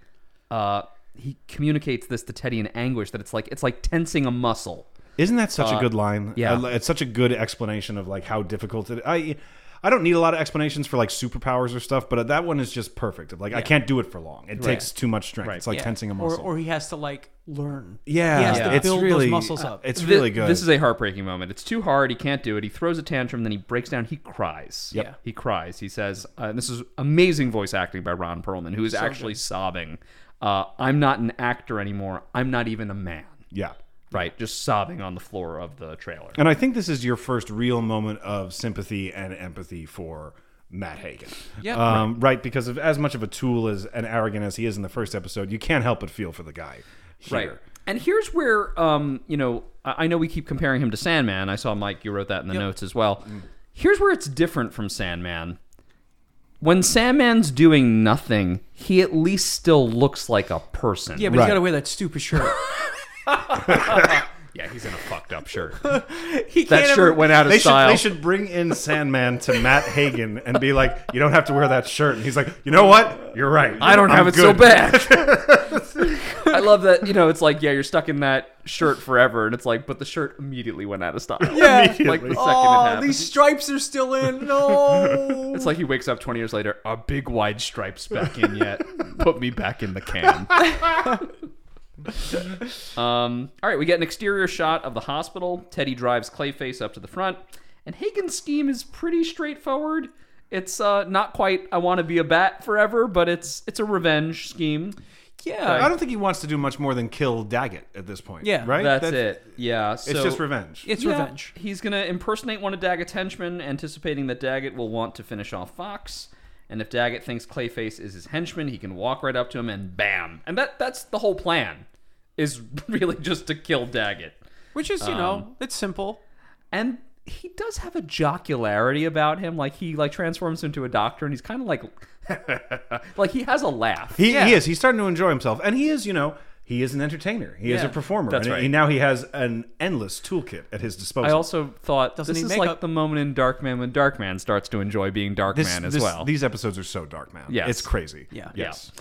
uh, he communicates this to Teddy in anguish that it's like it's like tensing a muscle.
Isn't that such a good line?
Uh, yeah.
I li- it's such a good explanation of like how difficult it. I I don't need a lot of explanations for like superpowers or stuff, but that one is just perfect. Like I can't do it for long. It takes too much strength.
Right.
It's like
Yeah.
tensing a
Or,
muscle.
or he has to like learn.
yeah,
he has
Yeah.
to
it's
build
really uh,
those muscles up.
It's
Thi-
really good.
This is a heartbreaking moment. It's too hard. He can't do it. He throws a tantrum, then he breaks down. He cries.
Yep. Yeah.
He cries. He says, uh, and this is amazing voice acting by Ron Perlman, who is actually sobbing. Uh, I'm not an actor anymore. I'm not even a man.
yeah.
Right? Just sobbing on the floor of the trailer.
And I think this is your first real moment of sympathy and empathy for Matt Hagen.
Yeah.
Um, right. Because of as much of a tool as and arrogant as he is in the first episode, you can't help but feel for the guy. Here.
Right. And here's where, um, you know, I I know we keep comparing him to Sandman. I saw Mike, you wrote that in the notes as well. Here's where it's different from Sandman. When Sandman's doing nothing, he at least still looks like a person.
yeah, but
Right.
he's got to wear that stupid shirt.
yeah he's in a fucked up shirt.
he
That
can't
shirt
ever-
went out of
They should,
style.
they should bring in Sandman to Matt Hagen and be like, you don't have to wear that shirt. And he's like, you know what? You're right.
I don't have
I'm
it so
good."
bad. I love that, you know, it's like, yeah, you're stuck in that shirt forever. And it's like, but the shirt immediately went out of style.
Yeah.
Like the
Immediately.
second it
Oh,
happened.
these stripes are still in. No.
It's like he wakes up 20 years later, a big wide stripes back in yet. Put me back in the can. um, all right, we get an exterior shot of the hospital. Teddy drives Clayface up to the front, and Hagen's scheme is pretty straightforward. It's uh, not quite I want to be a bat forever, but it's it's a revenge scheme.
yeah.
I don't think he wants to do much more than kill Daggett at this point.
Yeah,
Right?
That's, it. Yeah. So
It's just revenge.
It's
Yeah,
revenge.
He's going to impersonate one of Daggett's henchmen, anticipating that Daggett will want to finish off Fox. And if Daggett thinks Clayface is his henchman, he can walk right up to him and bam. And that that's the whole plan, is really just to kill Daggett.
Which is, you
Um,
know, it's simple.
And he does have a jocularity about him. Like he like transforms into a doctor and he's kind of like like he has a laugh.
He,
Yeah.
he is. He's starting to enjoy himself, and he is. You know, he is an entertainer. He is
Yeah.
a performer.
That's
and
right.
He, now he has an endless toolkit at his disposal.
I also thought
Doesn't
this
need
is like
makeup.
the moment in Darkman when Darkman starts to enjoy being Darkman
This-
as
this-
well.
These episodes are so dark, man.
Yes.
it's crazy.
Yeah.
Yes.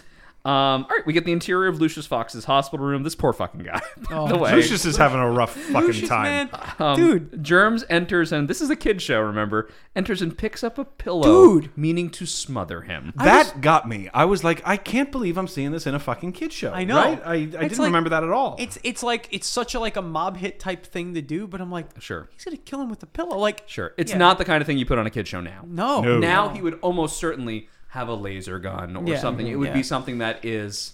Um, all right, we get the interior of Lucius Fox's hospital room. This poor fucking guy. by
Oh,
the way,
Lucius is having a rough fucking
Lucius,
time.
man.
Um,
Dude,
Germs enters and this is a kid show. Remember, enters and picks up a pillow,
Dude.
meaning to smother him.
That
just-
got me. I was like, I can't believe I'm seeing this in a fucking kid show.
I know.
Right? I, I
It's
didn't
like-
remember that at all.
It's it's like it's such a like a mob hit type thing to do, but I'm like,
Sure.
he's gonna kill him with a pillow. Like,
Sure, it's
Yeah.
not the kind of thing you put on a kid show now.
no,
No.
Now he would almost certainly have a laser gun or
Yeah.
something. It
Mhm.
would
Yeah.
be something that is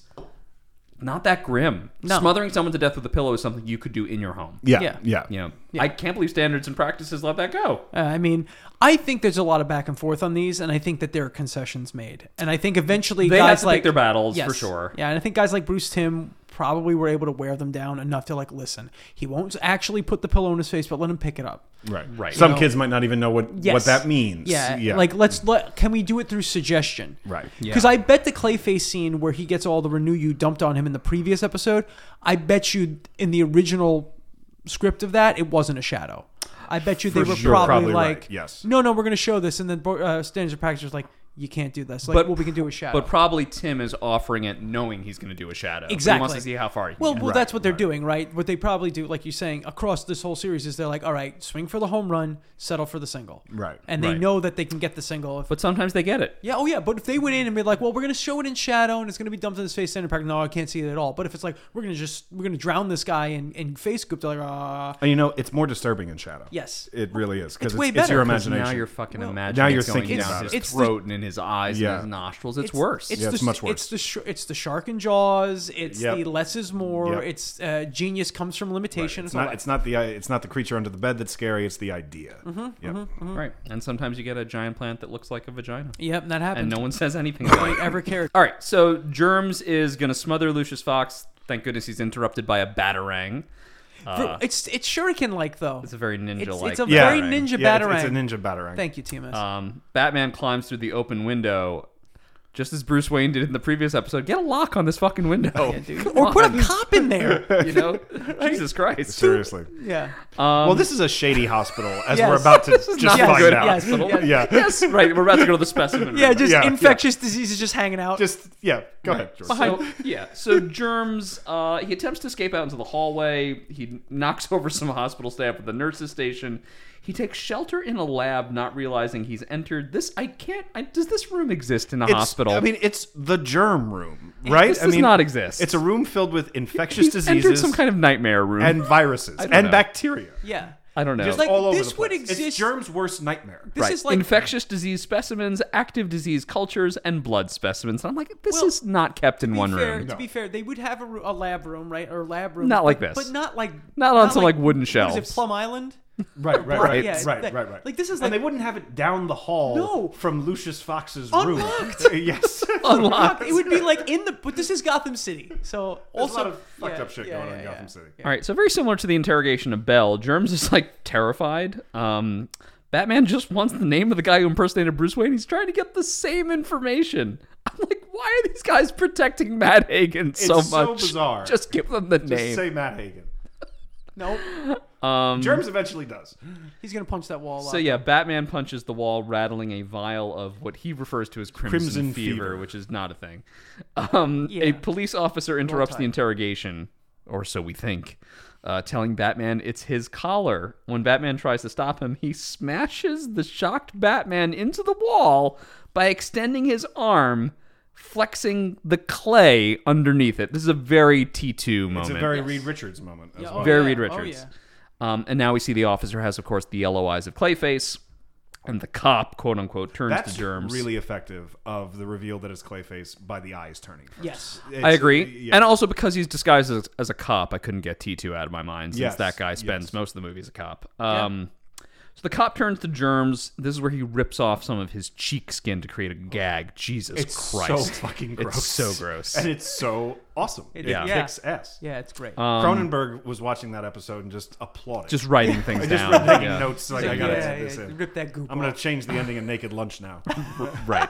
not that grim.
No.
Smothering someone to death with a pillow is something you could do in your home.
yeah,
yeah.
yeah,
You know, I can't believe standards and practices let that go.
Uh, I mean, I think there's a lot of back and forth on these, and I think that there are concessions made, and I think eventually
They
guys
have to
like
pick their battles
Yes.
for sure.
Yeah, and I think guys like Bruce Tim probably were able to wear them down enough to like listen. He won't actually put the pillow in his face, but let him pick it up.
Right,
Right.
Some
No.
kids might not even know what
Yes.
what that means.
Yeah, like let's let can we do it through suggestion?
Right. Yeah.
Because I bet the Clayface scene where he gets all the renew you dumped on him in the previous episode, I bet you in the original script of that it wasn't a shadow. I bet you they
For
were
sure.
probably,
Probably right,
like,
yes.
no, no, we're going to show this, and then uh, standards and practice was like, you can't do this. Like,
But-
well, we can do a shadow.
But probably Tim is offering it knowing he's going to do a shadow. He wants
Exactly.
to see how far he can
Well,
get.
well, that's what they're doing, right? What they probably do, like you're saying, across this whole series, is they're like, all right, swing for the home run, settle for the single,
Right,
And they
right.
know that they can get the single. If,
But sometimes they get it.
yeah, oh yeah, but if they went in and be like, well, we're gonna show it in shadow and it's gonna be dumped in his face, center pack, no, I can't see it at all. But if it's like, we're gonna just we're gonna drown this guy and and face goop, they're like, ah,
and you know, it's more disturbing in Shadow.
yes.
it really is because
It's way
it's your
better,
'Cause
imagination.
Now you're fucking imagining.
now
it's
you're
going
thinking
down
about
his
it.
It's the-
throat and in his eyes
Yeah.
and his nostrils. It's, worse.
Yeah,
the,
it's much
It's
worse.
the sh- it's the shark and Jaws. It's
Yep.
the less is more.
Yep.
It's uh, genius comes from limitation.
It's
all
not.
that.
It's not the. uh, It's not the creature under the bed that's scary. It's the idea.
Mm-hmm,
Yeah.
Right. And sometimes you get a giant plant that looks like a vagina.
Yep, that
And
happened.
no one says anything about it.
ever cared.
All right. So Germs is going to smother Lucius Fox. Thank goodness he's interrupted by a batarang.
Bro, it's it's shuriken like though.
Uh. It's a very ninja like.
It's- it's a
Yeah.
Very ninja
Yeah, it's-
batarang.
It's, a ninja batarang.
Thank you, TMS.
um, Batman climbs through the open window. Just as Bruce Wayne did in the previous episode, get a lock on this fucking window, Come
or put
on,
a cop in there.
you know, Jesus Christ.
Seriously.
yeah.
well, this is a shady hospital, as
Yes.
we're about to just
not
a
find
good
out.
hospital.
Yes.
Yeah.
Yes, right. We're about to go to the specimen.
Yeah,
room.
just
Yeah,
infectious diseases just hanging out.
Just yeah. Go ahead, George.
So, yeah. So germs. Uh, he attempts to escape out into the hallway. He knocks over some hospital staff at the nurses' station. He takes shelter in a lab, not realizing he's entered this. I can't. I, does this room exist in a
It's-
hospital?
I mean, it's the germ room, right?
This
I
does
mean,
not exist.
It's a room filled with infectious
he's entered
diseases
some kind of nightmare room.
and viruses
don't
and
know.
bacteria.
Yeah.
I don't know.
Just
Like,
all over
this
the
would
place. It's
exist-
germ's worst nightmare.
This
right.
is like
infectious disease specimens, active disease cultures, and blood specimens. And I'm like, this
Well,
is not kept in
to be
one
fair-
room.
To be fair, they would have a, ro- a lab room, right, or lab room,
Not like
but-
this.
but not like
Not on some, like, wooden
what is
shelves.
it Plum Island?
Right, right, right,
Yeah,
right,
like-
right, right.
like, this is
and
like-
they wouldn't have it down the hall
No.
from Lucius Fox's
Unlocked.
room. yes,
Unlocked.
It would be like in the, but this is Gotham City, so
There's
also
a lot of fucked
yeah,
up shit
yeah,
going
yeah,
on in
yeah.
Gotham City.
All right, so very similar to the interrogation of Bell, Germs is like terrified. Um, Batman just wants the name of the guy who impersonated Bruce Wayne. He's trying to get the same information. I'm like, why are these guys protecting Matt Hagen so
It's so
much?
bizarre.
Just give them the name.
Say Matt Hagen.
Nope,
Um,
Germs eventually does.
he's gonna punch that wall.
so
up.
yeah, Batman punches the wall, rattling a vial of what he refers to as crimson,
Crimson
fever,
fever.
which is not a thing. Um,
Yeah.
A police officer interrupts the interrogation, or so we think, uh, telling Batman it's his collar. When Batman tries to stop him, he smashes the shocked Batman into the wall by extending his arm. Flexing the clay underneath it. This is a very T2 moment.
It's a very Reed Richards moment as well.
oh, Very
yeah.
Reed
Oh,
Richards. um, and now we see the officer has, of course, the yellow eyes of Clayface, and the cop, quote unquote, turns
That's
to germs.
really effective of the reveal that it's Clayface by the eyes turning. first.
yes,
I
It's-
agree,
yeah.
and also because he's disguised as, as a cop, I couldn't get T two out of my mind since
Yes,
that guy spends
yes.
most of the movie as a cop. Um, So the cop turns to germs. This is where he rips off some of his cheek skin to create a gag. Jesus
It's
Christ!
so fucking gross.
It's so gross.
And it's so awesome. It,
Yeah.
kicks ass.
yeah, it's great.
Um,
Cronenberg was watching that episode and just applauded.
Just writing things
I just
down.
read taking
Yeah.
notes like
yeah,
I gotta
yeah,
take this
yeah,
in.
rip that goop.
I'm gonna
off.
change the ending of Naked Lunch now.
right.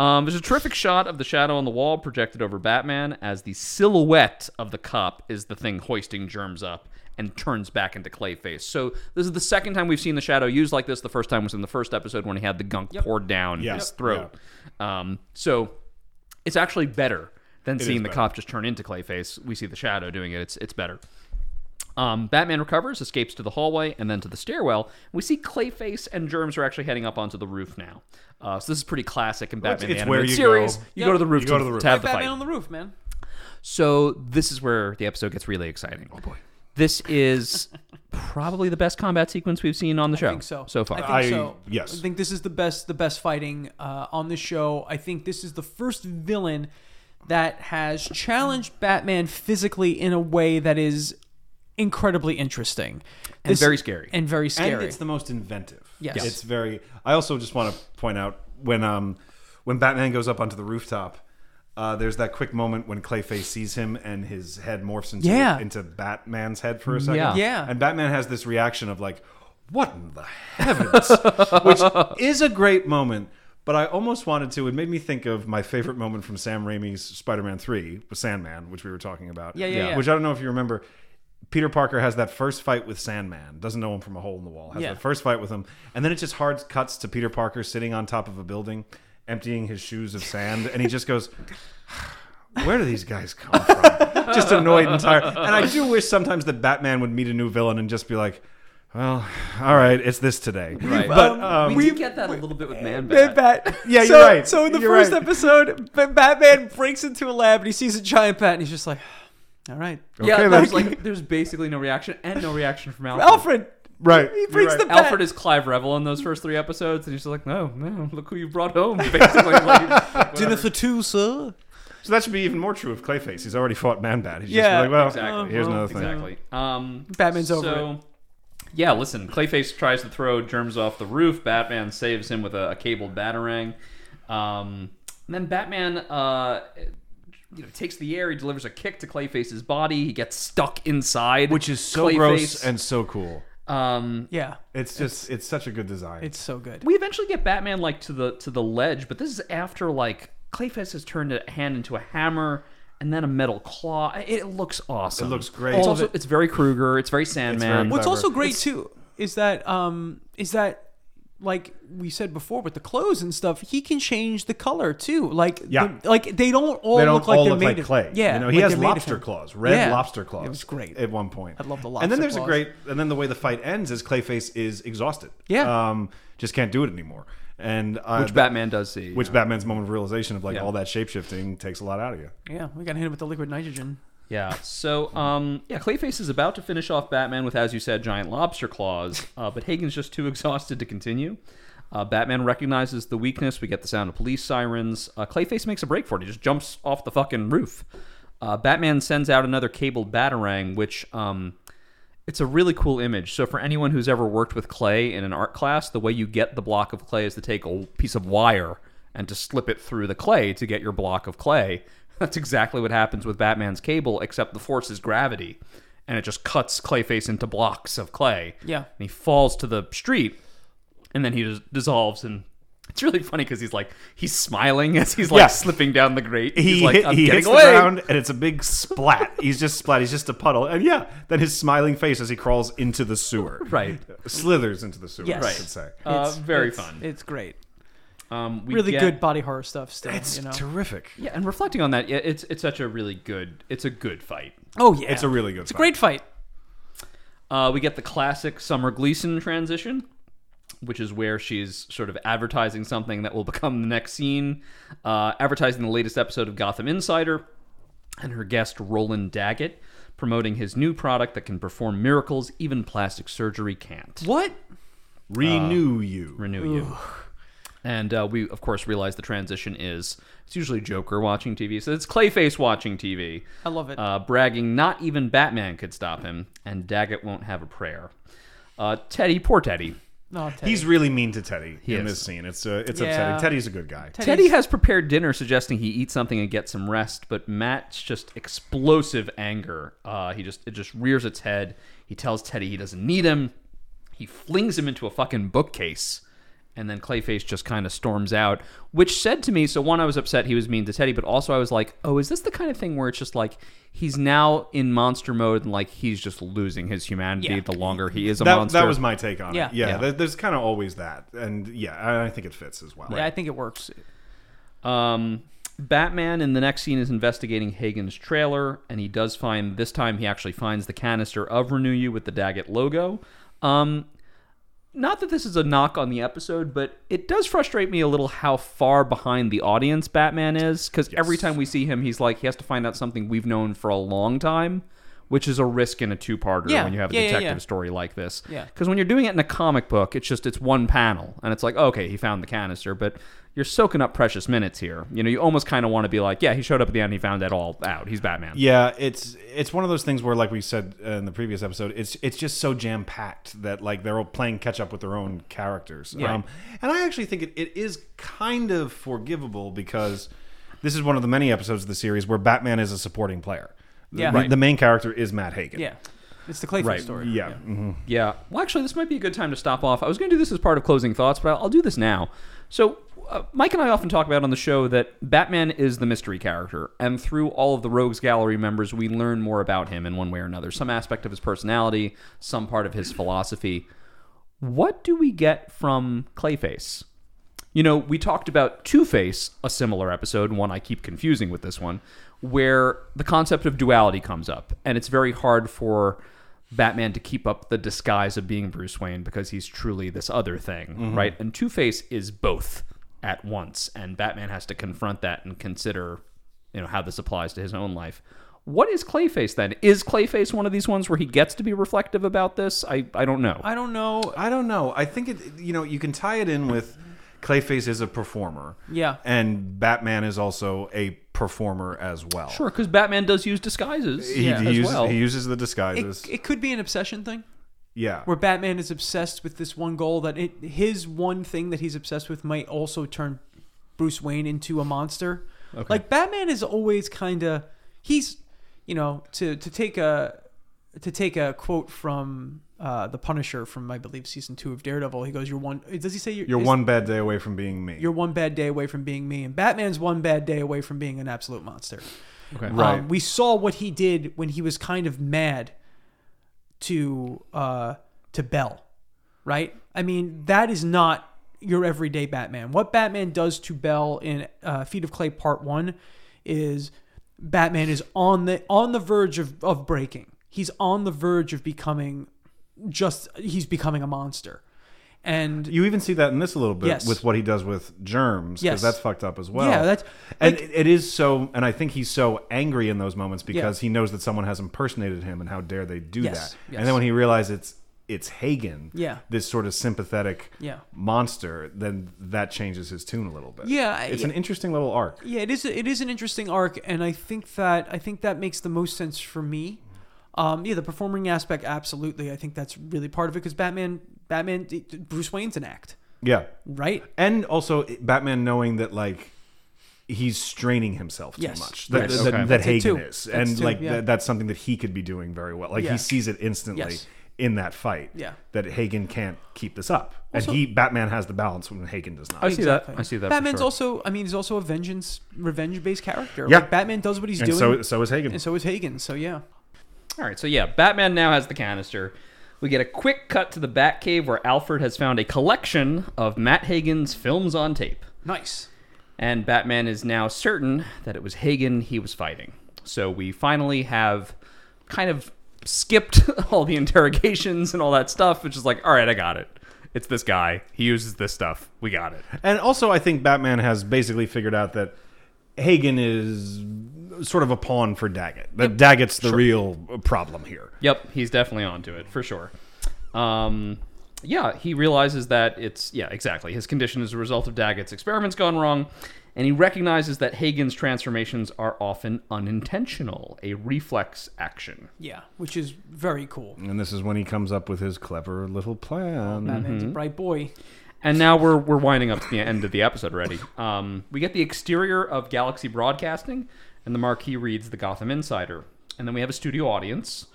Um, there's a terrific shot of the shadow on the wall projected over Batman as the silhouette of the cop is the thing hoisting germs up and turns back into Clayface. So this is the second time we've seen the shadow used like this. The first time was in the first episode when he had the gunk poured down
Yeah.
his
Yep.
throat. Um, so it's actually better than seeing the
better.
cop just turn into Clayface. We see the shadow doing it. It's it's better. Um, Batman recovers, escapes to the hallway, and then to the stairwell. We see Clayface and Germs are actually heading up onto the roof now. Uh, so this is pretty classic in Batman
it's
the
where
animated
you
series.
go.
You
Yep.
go to the roof,
You go
to,
to the roof.
to have the
Batman
fight.
on the roof, man.
So this is where the episode gets really exciting. Oh boy! This is probably the best combat sequence we've seen on the show
think so.
far.
I think
I-
so.
yes.
I think this is the best the best fighting uh, on the show. I think this is the first villain that has challenged Batman physically in a way that is incredibly interesting and
very scary.
and very scary.
And it's the most inventive.
Yes. Yes.
It's very I also just want to point out when um when Batman goes up onto the rooftop, uh, there's that quick moment when Clayface sees him and his head morphs into
Yeah.
into Batman's head for a second.
Yeah.
Yeah.
And Batman has this reaction of like, what in the heavens? Which is a great moment. But I almost wanted to. It made me think of my favorite moment from Sam Raimi's Spider-Man Three, with Sandman, which we were talking about.
Yeah, yeah, Yeah. yeah.
Which I don't know if you remember. Peter Parker has that first fight with Sandman, doesn't know him from a hole in the wall, has
Yeah.
that first fight with him, and then it just hard cuts to Peter Parker sitting on top of a building, emptying his shoes of sand, and he just goes, Where do these guys come from? just annoyed and tired. And I do wish sometimes that Batman would meet a new villain and just be like, Well, all right, it's this today.
Right.
But um,
we, did get that a little bit with Man
Bad
Bat.
Bat.
Yeah, you're
so,
right.
So in the
You're
first
right.
episode, Ba- Batman breaks into a lab and he sees a giant bat and he's just like, "All right,
Yeah,
Okay,
there's
then.
like there's basically no reaction and no reaction from Alfred.
Alfred."
Right,
He
you're
brings
right.
the bat.
Alfred is Clive Revel in those first three episodes, and he's just like, no, no, look who you brought home. Basically, like,
dinner for two, sir.
so that should be even more true of Clayface. He's already fought Man Bat. He's
Yeah,
just like, Well,
Exactly.
Oh, here's
Well,
another thing.
Exactly. Um,
Batman's
so,
over
Yeah, listen. Clayface tries to throw germs off the roof. Batman saves him with a, a cabled batarang. Um, and then Batman, uh, you know, takes the air. He delivers a kick to Clayface's body. He gets stuck inside,
Which is so
Clayface,
gross and so cool.
um,
Yeah,
It's just it's, such a good design.
it's so good.
we eventually get Batman like to the to the ledge, but this is after like Clayface has turned a hand into a hammer and then a metal claw. It- It looks awesome.
It looks great.
It's
All of
also
it.
it's very Krueger. It's very Sandman.
very
What's
clever.
also great too is that um is that like we said before with the clothes and stuff, he can change the color too. Like,
Yeah.
the- like they don't all
they don't
look like
all
they're
look
made
like
of
clay.
Yeah,
you know he
like
has
they're made of
lobster
him.
claws, red
Yeah.
lobster claws.
It was great.
at one point.
I love the
And
lobster
then there's a
claws.
great, and then the way the fight ends is Clayface is exhausted.
Yeah.
um, just can't do it anymore. And uh,
Which Batman does see.
which Batman's moment of realization of like
Yeah.
all that shapeshifting takes a lot out of you.
Yeah, we got hit with the liquid nitrogen.
Yeah. So, um, yeah, Clayface is about to finish off Batman with, as you said, giant lobster claws, uh, but Hagen's just too exhausted to continue. Uh, Batman recognizes the weakness. We get the sound of police sirens. Uh, Clayface makes a break for it. He just jumps off the fucking roof. Uh, Batman sends out another cabled batarang, which um, it's a really cool image. So, for anyone who's ever worked with clay in an art class, the way you get the block of clay is to take a piece of wire and to slip it through the clay to get your block of clay. That's exactly what happens with Batman's cable, except the force is gravity, and it just cuts Clayface into blocks of clay.
Yeah.
And he falls to the street, and then he just dissolves and. It's really funny because he's like he's smiling as he's like
Yeah.
slipping down the grate.
He,
He's like,
hit-
I'm
he
getting
hits
away.
the ground and it's a big splat. he's just splat. He's just a puddle. And yeah, then his smiling face as he crawls into the sewer.
Right.
Slithers into the sewer,
Yes.
I
Right.
should say.
Uh, very
it's-
fun.
It's great.
Um, we
Really
get-
good body horror stuff. Still,
it's
Um, you know.
terrific.
Yeah, and reflecting on that, yeah, it's it's such a really good. It's a good fight.
oh yeah,
It's a really good
It's a
fight.
great fight.
Uh, we get the classic Summer Gleason transition, which is where she's sort of advertising something that will become the next scene, uh, advertising the latest episode of Gotham Insider, and her guest Roland Daggett promoting his new product that can perform miracles even plastic surgery can't.
What? uh,
Renew you.
renew you. And uh, we, of course, realize the transition is it's usually Joker watching TV, so it's Clayface watching TV.
I love it.
Uh, bragging, not even Batman could stop him, and Daggett won't have a prayer. Uh, Teddy, poor Teddy.
No, Teddy.
He's really mean to Teddy in
is.
this scene. It's uh, it's
Yeah.
upsetting. Teddy's a good guy.
Teddy has prepared dinner, suggesting he eat something and get some rest. But Matt's just explosive anger. Uh, he just it just rears its head. He tells Teddy he doesn't need him. He flings him into a fucking bookcase, and then Clayface just kind of storms out. Which said to me, so one, I was upset he was mean to Teddy, but also I was like, oh, is this the kind of thing where it's just like he's now in monster mode and like he's just losing his humanity
Yeah.
the longer he is a
That,
monster.
that was my take on
Yeah.
it. Yeah,
Yeah.
there- there's kind of always that, and yeah, I, I think it fits as well.
Yeah, I think it works.
Um, Batman in the next scene is investigating Hagen's trailer, and he does find this time he actually finds the canister of Renew You with the Daggett logo. Um, not that this is a knock on the episode, but it does frustrate me a little how far behind the audience Batman is because every time we see him, he's like he has to find out something we've known for a long time. Which is a risk in a two-parter
Yeah.
when you have a
Yeah, yeah,
detective
yeah.
story like this.
Yeah.
Because when you're doing it in a comic book, it's just it's one panel, and it's like, okay, he found the canister, but you're soaking up precious minutes here. You know, you almost kind of want to be like, yeah, he showed up at the end, he found it all out. He's Batman.
Yeah, it's it's one of those things where, like we said uh, in the previous episode, it's it's just so jam packed that like they're all playing catch up with their own characters. Um, and I actually think it, it is kind of forgivable because this is one of the many episodes of the series where Batman is a supporting player. The-
Yeah.
the,
Right.
the main character is Matt Hagen.
Yeah, it's the Clayface
Right.
story.
yeah. mhm.
Yeah. Well, actually, this might be a good time to stop off. I was going to do this as part of closing thoughts, but I'll, I'll do this now. So, uh, Mike and I often talk about on the show that Batman is the mystery character, and through all of the Rogues Gallery members, we learn more about him in one way or another. Some aspect of his personality, some part of his philosophy. What do we get from Clayface? You know, we talked about Two Face, a similar episode, one I keep confusing with this one, where the concept of duality comes up, and it's very hard for Batman to keep up the disguise of being Bruce Wayne because he's truly this other thing, right? And Two Face is both at once, and Batman has to confront that and consider, you know, how this applies to his own life. What is Clayface then? Is Clayface one of these ones where he gets to be reflective about this? I, I don't know.
I don't know.
I don't know. I think it. You know, you can tie it in with Clayface is a performer.
Yeah.
and Batman is also a performer as well.
Sure, because Batman does use disguises
He,
as
uses,
well.
he uses the
It,
disguises.
it could be an obsession thing
yeah.
where Batman is obsessed with this one goal that it, his one thing that he's obsessed with might also turn Bruce Wayne into a monster. Like Batman is always kind of he's you know to to take a to take a quote from uh, the Punisher from I believe season two of Daredevil. He goes, "You're one." Does he say you're,
You're
is-
one bad day away from being me.
You're one bad day away from being me, and Batman's one bad day away from being an absolute monster.
Okay.
Right.
Um, we saw what he did when he was kind of mad to uh, to Bell. right? I mean, that is not your everyday Batman. What Batman does to Bell in uh, Feet of Clay Part One is Batman is on the on the verge of, of breaking. He's on the verge of becoming just he's becoming a monster. And
You even see that in this a little bit
Yes.
with what he does with germs, because
Yes.
that's fucked up as well.
Yeah, that's-
and
like-
it- it is so. And I think he's so angry in those moments because he knows that someone has impersonated him, and how dare they do
Yes,
that?
yes.
And then when he realizes it's it's Hagen,
Yeah.
this sort of sympathetic
Yeah.
monster, then that changes his tune a little bit.
Yeah, I-
it's an interesting little arc.
yeah, it is it is an interesting arc, and I think that I think that makes the most sense for me. Um, yeah, the performing aspect, absolutely. I think that's really part of it because Batman, Batman, Bruce Wayne's an act,
Yeah,
right?
and also Batman knowing that like he's straining himself too
Yes.
much. That,
Yes.
that,
Okay.
that
That's it,
Hagen
too.
is,
That's
and
too,
like
yeah.
that, that's something that he could be doing very well. Like
Yeah.
he sees it instantly
Yes.
in that fight
Yeah.
that Hagen can't keep this up,
Also- Oh,
and he Batman has the balance when Hagen does not.
I see that. I see that. for
Batman's
sure.
also, I mean, he's also a vengeance, revenge-based character.
Yeah.
Like, Batman does what he's
and
doing,
so so is Hagen.
and so is Hagen. So yeah,
All right, so yeah, Batman now has the canister. We get a quick cut to the Batcave where Alfred has found a collection of Matt Hagen's films on tape.
nice.
And Batman is now certain that it was Hagen he was fighting. So we finally have kind of skipped all the interrogations and all that stuff, which is like, all right, I got it. It's this guy. He uses this stuff. We got it.
And also, I think Batman has basically figured out that Hagen is sort of a pawn for Daggett. That Daggett's the real problem here.
Yep, he's definitely onto it for sure. Um, yeah, he realizes that it's yeah, exactly. His condition is a result of Daggett's experiments gone wrong, and he recognizes that Hagen's transformations are often unintentional, a reflex action.
Yeah, which is very cool.
Mm-hmm.
And this is when he comes up with his clever little plan.
Batman's a bright boy.
And now we're we're winding up to the end of the episode already. Um, we get the exterior of Galaxy Broadcasting, and the marquee reads "The Gotham Insider," and then we have a studio audience.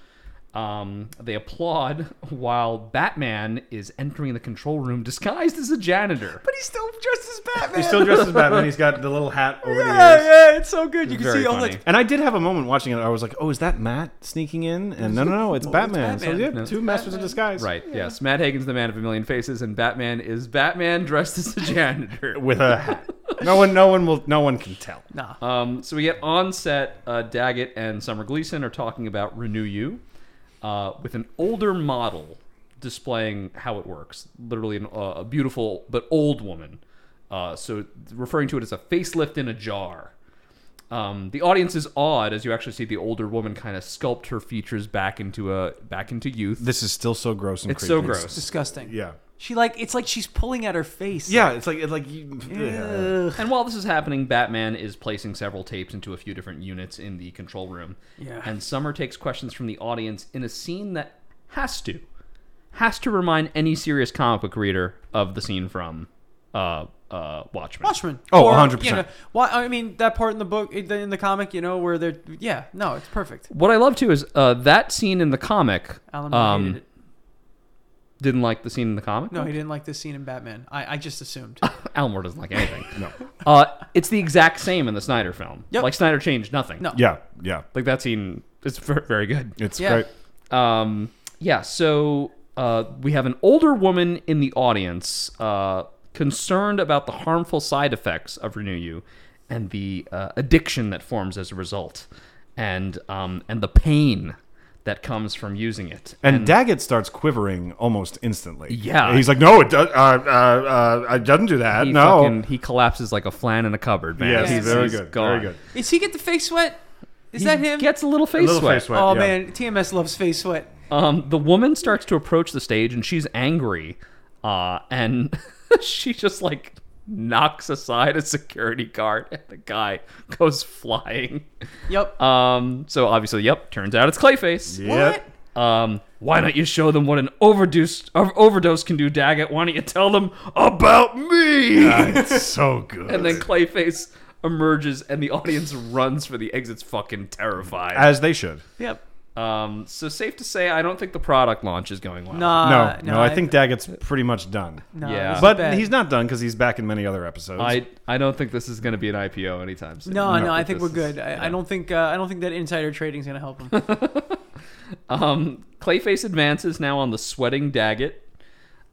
Um, they applaud while Batman is entering the control room disguised as a janitor.
But he's still dressed as Batman.
He's still dressed as Batman. He's got the little hat over
yeah,
the ears.
yeah, it's so good. You can
Very
see all
funny.
like
And I did have a moment watching it. I was like, "Oh, is that Matt sneaking in?" And no, no, no, it's Batman.
Batman.
So yeah, two masters of disguise.
Right. Yes. Matt Hagen's the man of a million faces, and Batman is Batman dressed as a janitor.
With a hat. No one, no one will, no one can tell.
nah.
Um, so we get on set. Uh, Daggett and Summer Gleason are talking about Renew You uh, with an older model displaying how it works. Literally, an, uh, a beautiful but old woman. Uh, so referring to it as a facelift in a jar. Um, the audience is awed as you actually see the older woman kind of sculpt her features back into a back into youth.
This is still so gross and
It's
creepy.
so gross.
disgusting.
Yeah.
She like it's like she's pulling at her face.
Yeah, it's like it's like you, yeah.
Ugh.
And while this is happening, Batman is placing several tapes into a few different units in the control room.
Yeah.
And Summer takes questions from the audience in a scene that has to, has to remind any serious comic book reader of the scene from uh, uh, Watchmen.
Watchmen.
Oh,
Or,
100%.
you know, why? I mean, that part in the book, in the in the comic, you know, where they're yeah, no, it's perfect.
What I love too is uh, that scene in the comic.
Alan Moore
um,
hated it.
Didn't like the scene in the comic.
No, he didn't like this scene in Batman. I, I just assumed.
Alan Moore doesn't like anything.
No.
uh, it's the exact same in the Snyder film.
Yep.
Like Snyder changed nothing.
No.
Yeah, yeah.
Like that scene is ver- very good.
It's
Yeah.
great.
Um, yeah, so uh, we have an older woman in the audience uh, concerned about the harmful side effects of Renew You and the uh, addiction that forms as a result and, um, and the pain that comes from using it.
And, Daggett starts quivering almost instantly.
Yeah.
he's like, "No, it does, uh, uh, uh, it doesn't do that.
He
no."
fucking- he collapses like a flan in a cupboard, man.
yes,
Yeah,
he's very
he's
good.
gone.
Very good.
Is he get the face sweat? Is
He
that him?
gets a little face
A little
sweat.
face sweat.
oh
yeah.
man, TMS loves face sweat.
Um, the woman starts to approach the stage and she's angry. Uh, and she just like knocks aside a security guard and the guy goes flying.
Yep.
Uh,
Um, so obviously, yep, turns out it's Clayface.
Yeah.
What?
Um, why don't you show them what an overdose, overdose can do, Daggett? Why don't you tell them about me?
Uh, It's so good.
and then Clayface emerges and the audience runs for the exits fucking terrified.
as they should.
Yep.
um, so safe to say, I don't think the product launch is going well.
Nah.
No, Uh, no, I think Daggett's pretty much done.
No,
Yeah.
this is
But
bad.
he's not done because he's back in many other episodes.
I I don't think this is going to be an IPO anytime soon.
No, no,
No,
I think
this
we're
is-
good. I, I don't think uh, I don't think that insider trading's gonna help him.
Um, Clayface advances now on the sweating Daggett.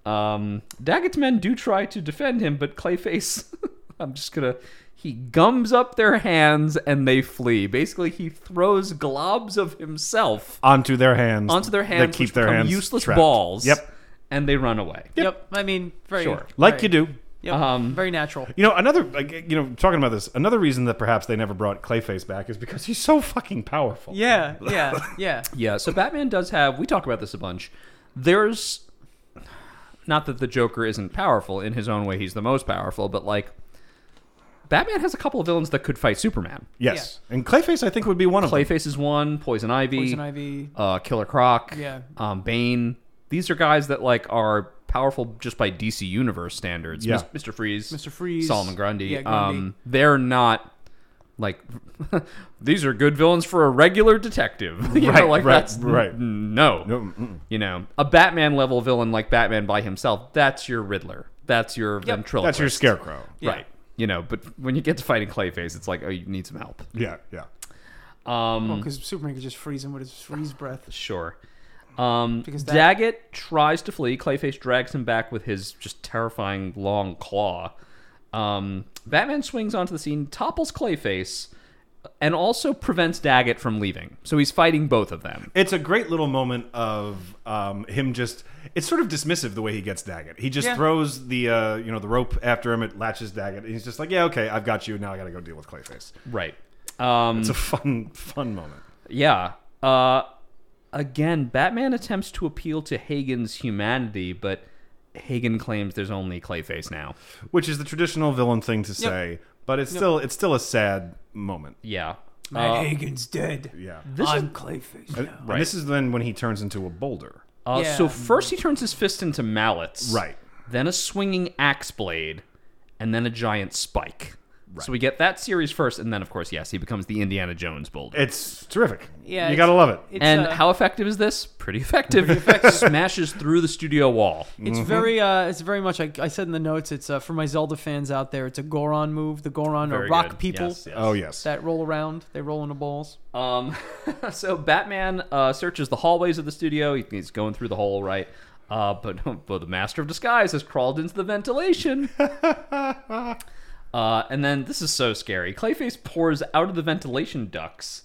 Um, Daggett's men do try to defend him, but Clayface, I'm just gonna. He gums up their hands and they flee. Basically, he throws globs of himself
onto their hands.
onto their hands,
That keep
which
their
become
hands
useless
trapped.
balls.
Yep.
and they run away.
Yep. I mean, very
Sure.
Like
very-
you do.
Yep.
Um,
very natural.
You know, another like, you know, talking about this, another reason that perhaps they never brought Clayface back is because he's so fucking powerful.
Yeah. Yeah. Yeah.
Yeah, so Batman does have. We talk about this a bunch. There's not that the Joker isn't powerful in his own way; he's the most powerful. But like, Batman has a couple of villains that could fight Superman.
Yes. And Clayface I think would be one of them.
Clayface is one. Poison Ivy.
Poison Ivy.
Uh, Killer Croc.
Yeah.
Um, Bane. These are guys that like are powerful just by DC Universe standards.
Yeah.
Mis- Mr. Freeze.
Mr. Freeze.
Solomon Grundy.
Yeah, Grundy.
Um, they're not like these are good villains for a regular detective. you
Right,
know, like
right,
that's
right.
No.
No, mm-mm.
You know, a Batman level villain like Batman by himself, that's your Riddler. That's your ventriloquist.
That's your scarecrow.
Yeah.
Right. You know, but when you get to fighting Clayface, it's like, oh, you need some help.
Yeah, yeah.
Um,
Because Superman could just freeze him with his freeze breath.
Sure. Um,
Because that-
Daggett tries to flee. Clayface drags him back with his just terrifying long claw. Um, Batman swings onto the scene, topples Clayface, and also prevents Daggett from leaving. So he's fighting both of them.
It's a great little moment of um, him just. It's sort of dismissive the way he gets Daggett. He just
Yeah.
throws the uh, you know the rope after him. It latches Daggett, and he's just like, "Yeah, okay, I've got you. Now I got to go deal with Clayface."
Right. Um,
It's a fun, fun moment.
yeah. Uh, again, Batman attempts to appeal to Hagen's humanity, but Hagen claims there's only Clayface now.
which is the traditional villain thing to say, but it's still it's still a sad moment.
Yeah.
Matt
Uh,
Hagen's dead.
Yeah,
this is
I'm Clayface.
And-
now.
and this is then when he turns into a boulder.
Uh,
Yeah.
So first he turns his fist into mallets,
Right.
Then a swinging axe blade, and then a giant spike. So we get that series first, and then of course, yes, he becomes the Indiana Jones boulder.
It's terrific.
Yeah,
you
it's-
gotta love it.
It's,
and
uh,
how effective is this? Pretty effective. Smashes through the studio wall.
It's very, uh, it's very much. I, I said in the notes. It's uh, for my Zelda fans out there. It's a Goron move. The Goron
Very
are rock
good.
people
Yes, yes.
oh yes,
that roll around. They roll into balls.
Um, so Batman uh, searches the hallways of the studio. He- he's going through the hole, right? Uh, but, but the master of disguise has crawled into the ventilation. uh, and then this is so scary. Clayface pours out of the ventilation ducts,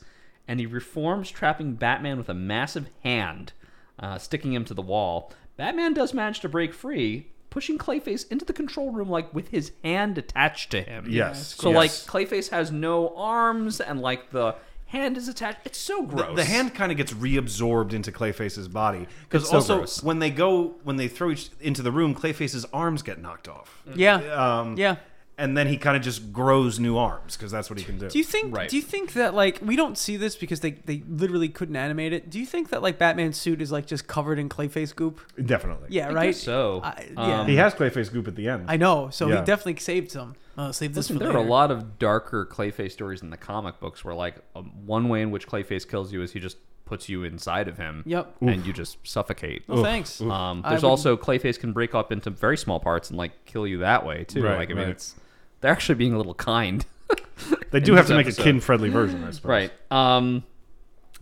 and he reforms, trapping Batman with a massive hand, uh, sticking him to the wall. Batman does manage to break free, pushing Clayface into the control room like with his hand attached to him.
yes.
So
yes.
like Clayface has no arms and like the hand is attached. It's so gross.
the hand kind of gets reabsorbed into Clayface's body
It's
because
so
also
gross.
when they go when they throw each into the room, Clayface's arms get knocked off,
Mm. Yeah.
um,
yeah.
and then he kind of just grows new arms because that's what he can do.
Do you think?
Right.
Do you think that like we don't see this because they they literally couldn't animate it? Do you think that like Batman's suit is like just covered in Clayface goop?
Definitely,
Yeah.
I
right.
guess so.
I- yeah.
Um,
He has Clayface goop at the end.
I know. So
Yeah.
he definitely saved some. Uh, save this
Listen,
for
there are
later.
a lot of darker Clayface stories in the comic books where like um, one way in which Clayface kills you is he just puts you inside of him.
Yep.
And you just suffocate.
Well, thanks.
Um,
I
there's
would-
also Clayface can break up into very small parts and like kill you that way too.
Right,
like I mean,
right.
it's they're actually being a little kind.
they do
in
have
this
to make
episode.
a kid-friendly version, I suppose.
Right. Um,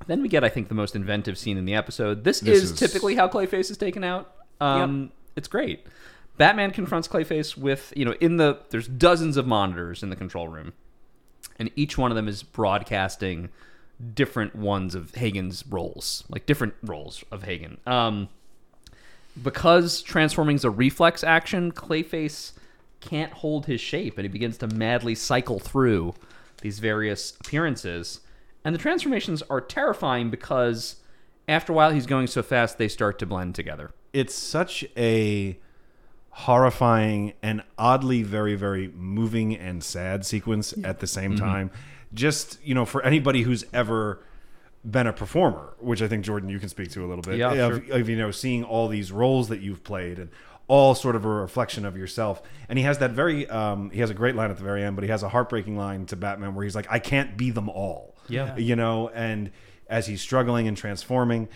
then we get, I think, the most inventive scene in the episode. This,
This
is,
is-
typically how Clayface is taken out. Um, It's great. Batman confronts Clayface with, you know, in the there's dozens of monitors in the control room, and each one of them is broadcasting different ones of Hagen's roles, like different roles of Hagen. Um, because transforming is a reflex action, Clayface can't hold his shape and he begins to madly cycle through these various appearances. And the transformations are terrifying because after a while he's going so fast they start to blend together.
it's such a horrifying and oddly very very moving and sad sequence at the same
Mm-hmm.
time just you know for anybody who's ever been a performer which i think jordan you can speak to a little bit
Yeah,
of, of, you know seeing all these roles that you've played and all sort of a reflection of yourself and he has that very um, he has a great line at the very end but he has a heartbreaking line to batman where he's like i can't be them all
Yeah.
you know and as he's struggling and transforming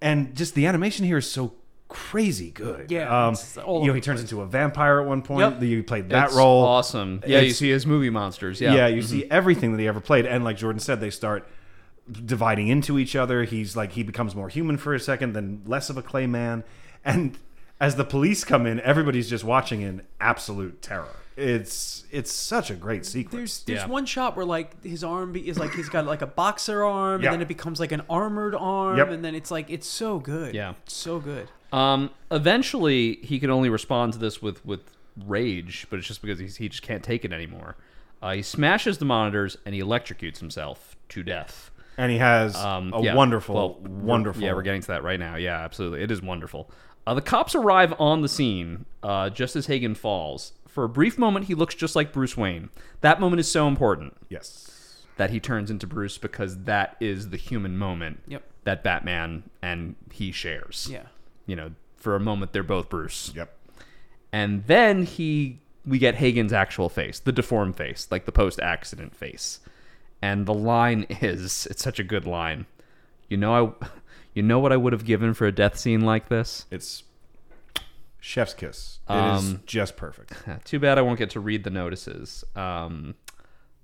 and just the animation here is so crazy good.
Yeah,
um,
it's all
you know,
over
he turns into a vampire at one point.
Yep.
You played that
It's
role.
awesome. Yeah, you
It's-
see his movie monsters. Yeah, Mm-hmm.
Yeah, you see everything that he ever played, and like Jordan said, they start dividing into each other. He's like he becomes more human for a second, then less of a clay man, and as the police come in, everybody's just watching in absolute terror. It's it's such a great sequence.
There's there's
Yeah.
one shot where like his arm be- is like he's got like a boxer arm,
Yeah.
and then it becomes like an armored arm,
Yep.
and then it's like it's so good.
Yeah.
it's so good.
Um, eventually, he can only respond to this with with rage, but it's just because he's, he just can't take it anymore. Uh, he smashes the monitors and he electrocutes himself to death.
and he has
Um,
a
yeah,
wonderful,
well, we're-
wonderful.
Yeah, we're getting to that right now. Yeah, absolutely. It is wonderful. Uh, the cops arrive on the scene uh, just as Hagen falls. For a brief moment, he looks just like Bruce Wayne. That moment is so important
yes.
that he turns into Bruce because that is the human moment
Yep.
that Batman and he shares.
Yeah,
You know, for a moment, they're both Bruce.
Yep.
and then he we get Hagen's actual face, the deformed face, like the post accident face. And the line is it's such a good line. You know I you know what I would have given for a death scene like this?
It's chef's kiss. It is
Um,
just perfect.
Huh, Too bad I won't get to read the notices. Um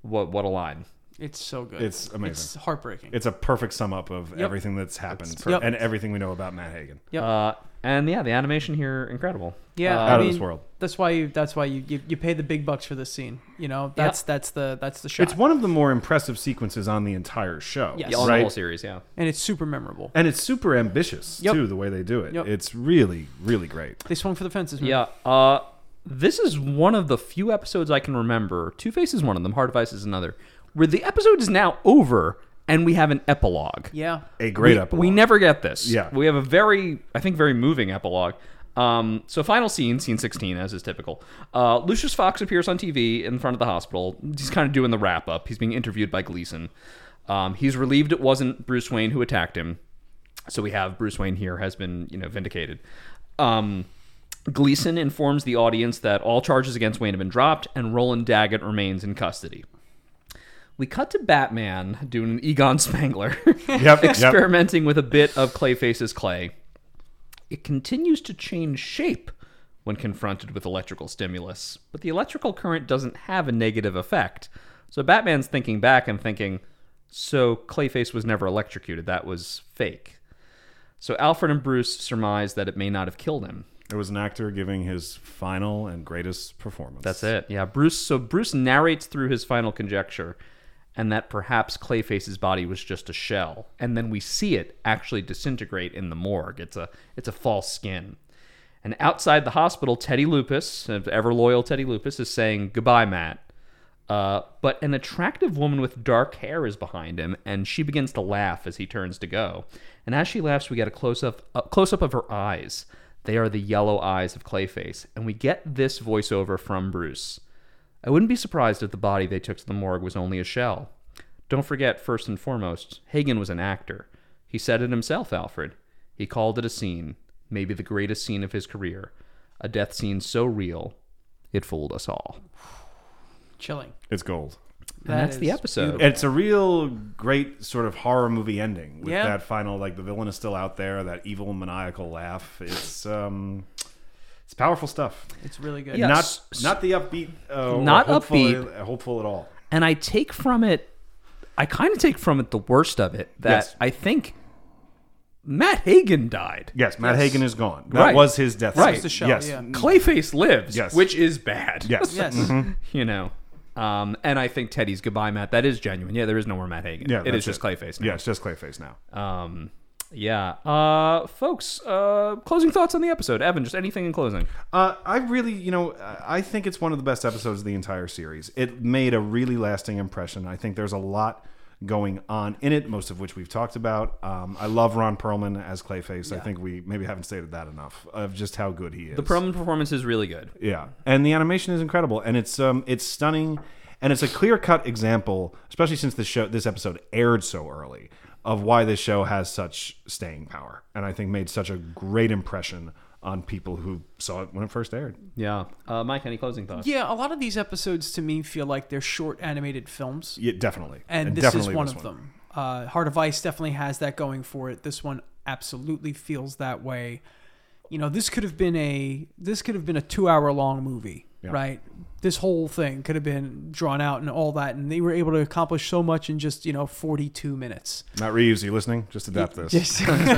what what a line.
it's so good.
It's amazing.
It's heartbreaking.
It's a perfect sum up of everything that's happened
perfect.
and everything we know about Matt Hagen.
Yep.
Uh and yeah, the animation here incredible.
yeah,
Uh,
I
Out of this
mean,
world.
That's why you. That's why you, you. You pay the big bucks for this scene. You know. That's that's the that's the shot.
It's one of the more impressive sequences on the entire show.
Yes.
yeah, on the whole
Right?
series, yeah.
and it's super memorable.
And it's super ambitious
Yep.
too, the way they do it.
Yep.
It's really, really great.
They swung for the fences. Man.
Yeah. Uh, this is one of the few episodes I can remember. Two Face is one of them. Heart of Ice is another. Where the episode is now over and we have an epilogue.
Yeah.
A great
we,
epilogue.
We never get this.
Yeah.
We have a very, I think, very moving epilogue. Um, so final scene, scene 16, as is typical. Uh, Lucius Fox appears on TV in front of the hospital. He's kind of doing the wrap up. He's being interviewed by Gleason. Um, he's relieved it wasn't Bruce Wayne who attacked him. So we have Bruce Wayne here has been, you know, vindicated. Um, Gleason informs the audience that all charges against Wayne have been dropped and Roland Daggett remains in custody. We cut to Batman doing an Egon Spangler
Yep, yep.
experimenting with a bit of Clayface's clay. It continues to change shape when confronted with electrical stimulus, but the electrical current doesn't have a negative effect. So Batman's thinking back and thinking, so Clayface was never electrocuted, that was fake. So Alfred and Bruce surmise that it may not have killed him.
There was an actor giving his final and greatest performance.
That's it. Yeah, Bruce. So Bruce narrates through his final conjecture, and that perhaps Clayface's body was just a shell, and then we see it actually disintegrate in the morgue. It's a it's a false skin. And outside the hospital, Teddy Lupus, ever loyal Teddy Lupus, is saying goodbye, Matt. Uh, but an attractive woman with dark hair is behind him, and she begins to laugh as he turns to go. And as she laughs, we get a close up, a close up of her eyes. They are the yellow eyes of Clayface, and we get this voiceover from Bruce. I wouldn't be surprised if the body they took to the morgue was only a shell. Don't forget, first and foremost, Hagen was an actor. He said it himself, Alfred. He called it a scene, maybe the greatest scene of his career, a death scene so real it fooled us all.
Chilling.
It's gold.
And
That
that's the
is
episode.
It's a real great sort of horror movie ending with
Yeah.
that final, like the villain is still out there, that evil maniacal laugh. It's um, it's powerful stuff.
It's really good.
Yeah.
Not
s-
not the upbeat. Uh,
Not
or hopeful, uh,
upbeat.
Hopeful at all.
and I take from it, I kind of take from it the worst of it that
Yes.
I think Matt Hagen died.
Yes, Matt
Yes.
Hagen is gone. That
Right.
was his death.
Right.
sentence.
The
shell,
Yes.
yeah.
Clayface lives,
Yes.
which is bad.
Yes.
Yes.
you know. Um, and I think Teddy's goodbye, Matt. That is genuine. Yeah, there is no more Matt Hagen.
Yeah,
it is just
that's it.
Clayface.
Yeah, it's just Clayface now.
Yeah. Um, yeah. Uh, folks, uh, closing thoughts on the episode. Evan, just anything in closing.
Uh, I really, you know, I I think it's one of the best episodes of the entire series. It made a really lasting impression. I think there's a lot going on in it, most of which we've talked about. Um, I love Ron Perlman as Clayface. I think we maybe haven't stated that enough of just how good he is.
The Perlman performance is really good.
yeah, and the animation is incredible, and it's um, it's stunning, and it's a clear cut example, especially since this show, this episode aired so early, of why this show has such staying power, and I think made such a great impression on people who saw it when it first aired.
Yeah. Uh, Mike, any closing thoughts?
Yeah, a lot of these episodes to me feel like they're short animated films,
Yeah, definitely.
and this
definitely
is one of them. Uh, Heart of Ice definitely has that going for it. This one absolutely feels that way. You know, this could have been a this could have been a two hour long movie, right? this whole thing could have been drawn out and all that, and they were able to accomplish so much in just you know 42 minutes.
Matt Reeves, are you listening? Just adapt this.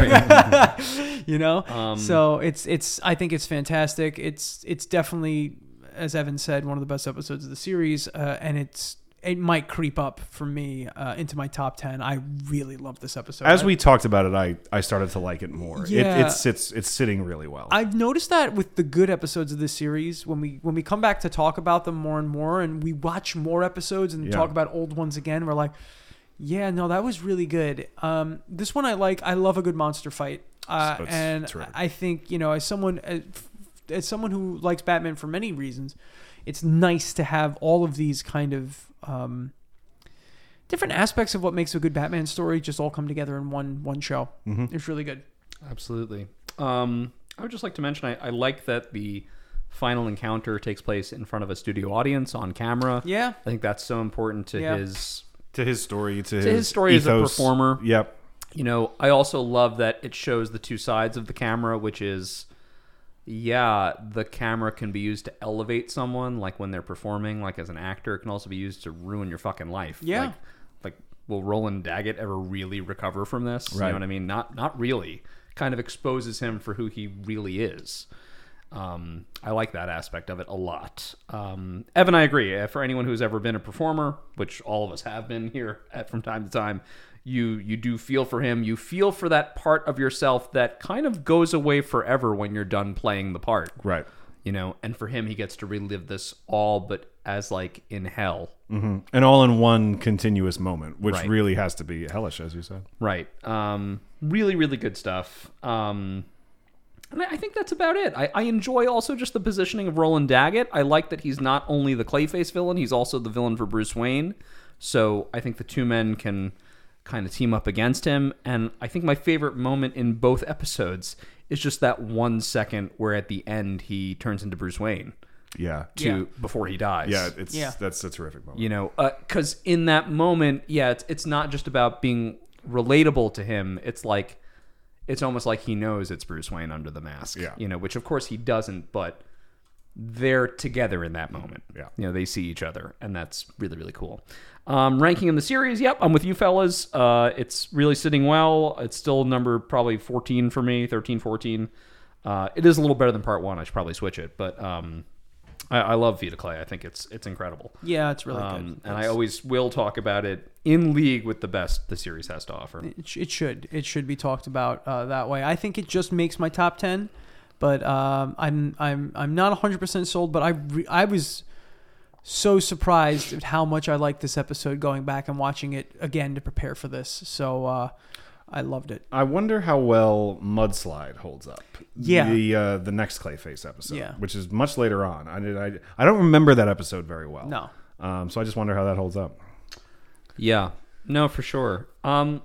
Just- you know,
Um,
so it's it's I think it's fantastic. It's it's definitely, as Evan said, one of the best episodes of the series, uh, and it's. It might creep up for me uh, into my top ten. I really love this episode.
As
I-
we talked about it, I, I started to like it more. It,
Yeah.
it sits it's sitting really well.
I've noticed that with the good episodes of this series, when we when we come back to talk about them more and more, and we watch more episodes and
Yeah.
talk about old ones again, we're like, yeah, no, that was really good. Um, this one I like. I love a good monster fight, uh,
So it's-
and
it's rad.
I think you know, as someone as, as someone who likes Batman for many reasons, it's nice to have all of these kind of. Um, Different aspects of what makes a good Batman story just all come together in one one show.
Mm-hmm.
It's really good.
Absolutely. Um, I would just like to mention I, I like that the final encounter takes place in front of a studio audience on camera.
Yeah,
I think that's so important to
Yeah.
his.
to his story, to,
his story as a
ethos.
performer.
Yep.
You know, I also love that it shows the two sides of the camera, which is, yeah, the camera can be used to elevate someone, like when they're performing, like as an actor. It can also be used to ruin your fucking life.
Yeah.
Like, like will Roland Daggett ever really recover from this? You
Right.
know what I mean? Not, not really. Kind of exposes him for who he really is. Um, I like that aspect of it a lot. Um, Evan, I agree. Uh, For anyone who's ever been a performer, which all of us have been here at, from time to time, you you do feel for him. You feel for that part of yourself that kind of goes away forever when you're done playing the part,
Right.
you know. And for him, he gets to relive this all, but as like in hell,
And all in one Mm-hmm. continuous moment, which
Right.
really has to be hellish, as you said.
right? Um, really, really good stuff. Um, And I I think that's about it. I, I enjoy also just the positioning of Roland Daggett. I like that he's not only the Clayface villain, he's also the villain for Bruce Wayne. So I think the two men can kind of team up against him. And I think my favorite moment in both episodes is just that one second where at the end he turns into Bruce Wayne
Yeah.
to before he dies.
Yeah, it's
Yeah.
that's a terrific moment.
You know, because in that moment, yeah, it's, it's not just about being relatable to him. It's like, it's almost like he knows it's Bruce Wayne under the mask.
Yeah.
You know, which of course he doesn't, but they're together in that moment.
Mm-hmm. Yeah.
You know, they see each other, and that's really, really cool. Um, ranking in the series, yep, I'm with you fellas. Uh, it's really sitting well. It's still number probably 14 for me, 13, 14. Uh, it is a little better than part one. I should probably switch it, but um, I, I love Vita Clay. I think it's it's incredible.
yeah, it's really good.
Um, and I always will talk about it in league with the best the series has to offer.
It, sh- it should. It should be talked about uh, that way. I think it just makes my top ten, but um, I'm I'm I'm not 100% sold. But I re- I was so surprised at how much I liked this episode. Going back and watching it again to prepare for this, so uh, I loved it.
I wonder how well Mudslide holds up.
Yeah.
The uh, the next Clayface episode,
Yeah.
which is much later on. I did I, I don't remember that episode very well.
No.
Um, so I just wonder how that holds up.
Yeah, no, for sure. Um,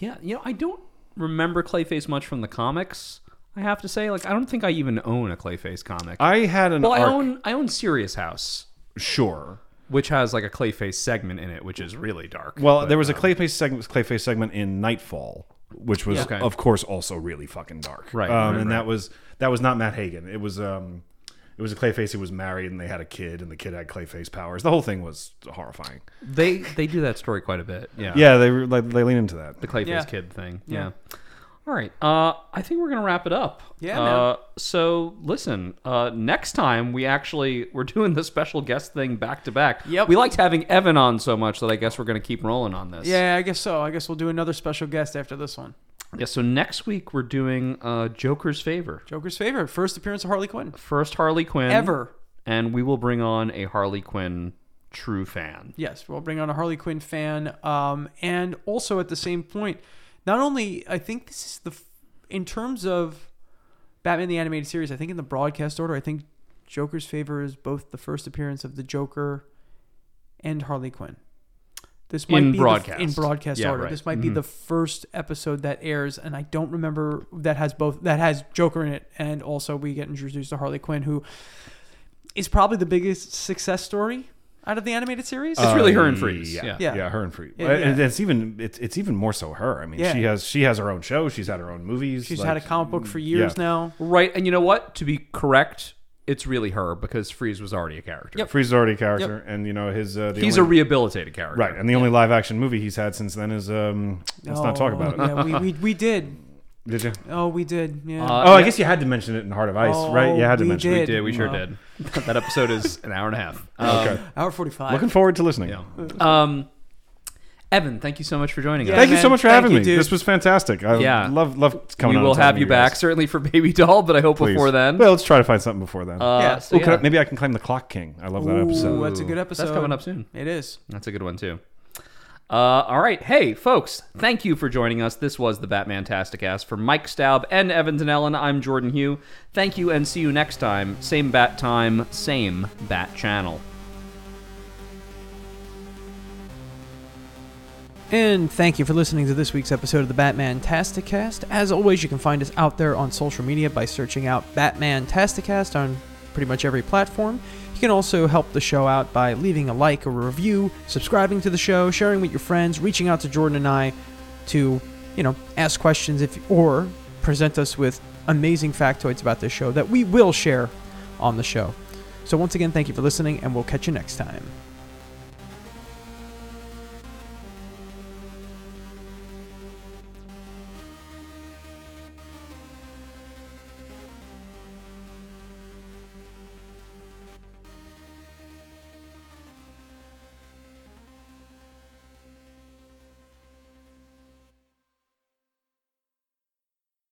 yeah, you know, I don't remember Clayface much from the comics. I have to say, like, I don't think I even own a Clayface comic.
I had an
well, I
arc-
own I own Serious House,
sure.
which has like a Clayface segment in it, which is really dark.
Well, there was a Clayface segment Clayface segment in Nightfall, which was
Okay.
of course also really fucking dark.
Right,
Um,
right,
and that was that was not Matt Hagen. It was um it was a Clayface who was married and they had a kid and the kid had Clayface powers. The whole thing was horrifying.
they they do that story quite a bit. Yeah,
Yeah, they were like they lean into that.
the Clayface
Yeah.
kid thing. Yeah. All right. Uh, I think we're gonna wrap it up.
Yeah,
Uh,
man.
so listen, uh, next time we actually we're doing the special guest thing back to back.
Yep.
We liked having Evan on so much that I guess we're gonna keep rolling on this.
Yeah, I guess so. I guess we'll do another special guest after this one.
Yeah. So next week we're doing uh, Joker's favor.
Joker's favorite first appearance of Harley Quinn
First Harley Quinn
ever.
and we will bring on a Harley Quinn true fan.
Yes, we'll bring on a Harley Quinn fan. Um, and also at the same point, not only I think this is the, f- in terms of Batman the animated series, I think in the broadcast order, I think Joker's favor is both the first appearance of the Joker and Harley Quinn. This might
In
be
broadcast.
The, in broadcast
Yeah,
order.
right. Mm-hmm.
This might be the first episode that airs, and I don't remember that has both that has Joker in it, and also we get introduced to Harley Quinn, who is probably the biggest success story out of the animated series.
It's really her and
Uh,
Freeze, yeah.
Yeah,
Yeah.
her and Freeze.
Yeah,
And
yeah.
it's even it's, it's even more so her. I mean,
Yeah.
she has she has her own show. She's had her own movies.
She's
like- mm,
had a comic book for years
yeah.
now.
Right. And you know what? To be correct, it's really her because Freeze was already a character.
Yep.
Freeze is already a character, and you know his. Uh, the
He's a
only,
rehabilitated character.
right, and the only live action movie he's had since then is um. Let's not talk
Oh,
about it.
Yeah, we, we, we did.
Did you?
Oh, we did. Yeah.
Uh,
Oh, I
yeah,
guess you had to mention it in Heart of Ice,
Oh,
right? You had to
we
mention
we
it.
did.
did. We sure
Wow.
did. That episode is an hour and a half. Um,
Okay.
Hour 45.
Looking forward to listening.
yeah. Um, Evan, thank you so much for joining
Yeah,
us.
Thank you so
man.
much for
Thank
having
you,
me.
dude.
This was fantastic. I
Yeah.
love love coming.
we
on
will
and talking
have
to
you back
guys.
certainly for Baby Doll, but I hope
Please.
before then.
Well, let's try to find something before then.
Uh,
Yeah.
so
Ooh, could I-
yeah.
maybe I can claim the Clock King. I love that
Ooh,
episode.
that's a good episode.
That's coming up soon.
It is.
That's a good one too. Uh, all right, hey folks, thank you for joining us. This was the Batman Tasticast for Mike Staub and Evan Ellen. I'm Jordan Hugh. Thank you, and see you next time. Same bat time, same bat channel.
And thank you for listening to this week's episode of the Batman Tasticast. As always, you can find us out there on social media by searching out Batman Tasticast on pretty much every platform. You can also help the show out by leaving a like or a review, subscribing to the show, sharing with your friends, reaching out to Jordan and I to, you know, ask questions if or present us with amazing factoids about this show that we will share on the show. So once again, thank you for listening and we'll catch you next time.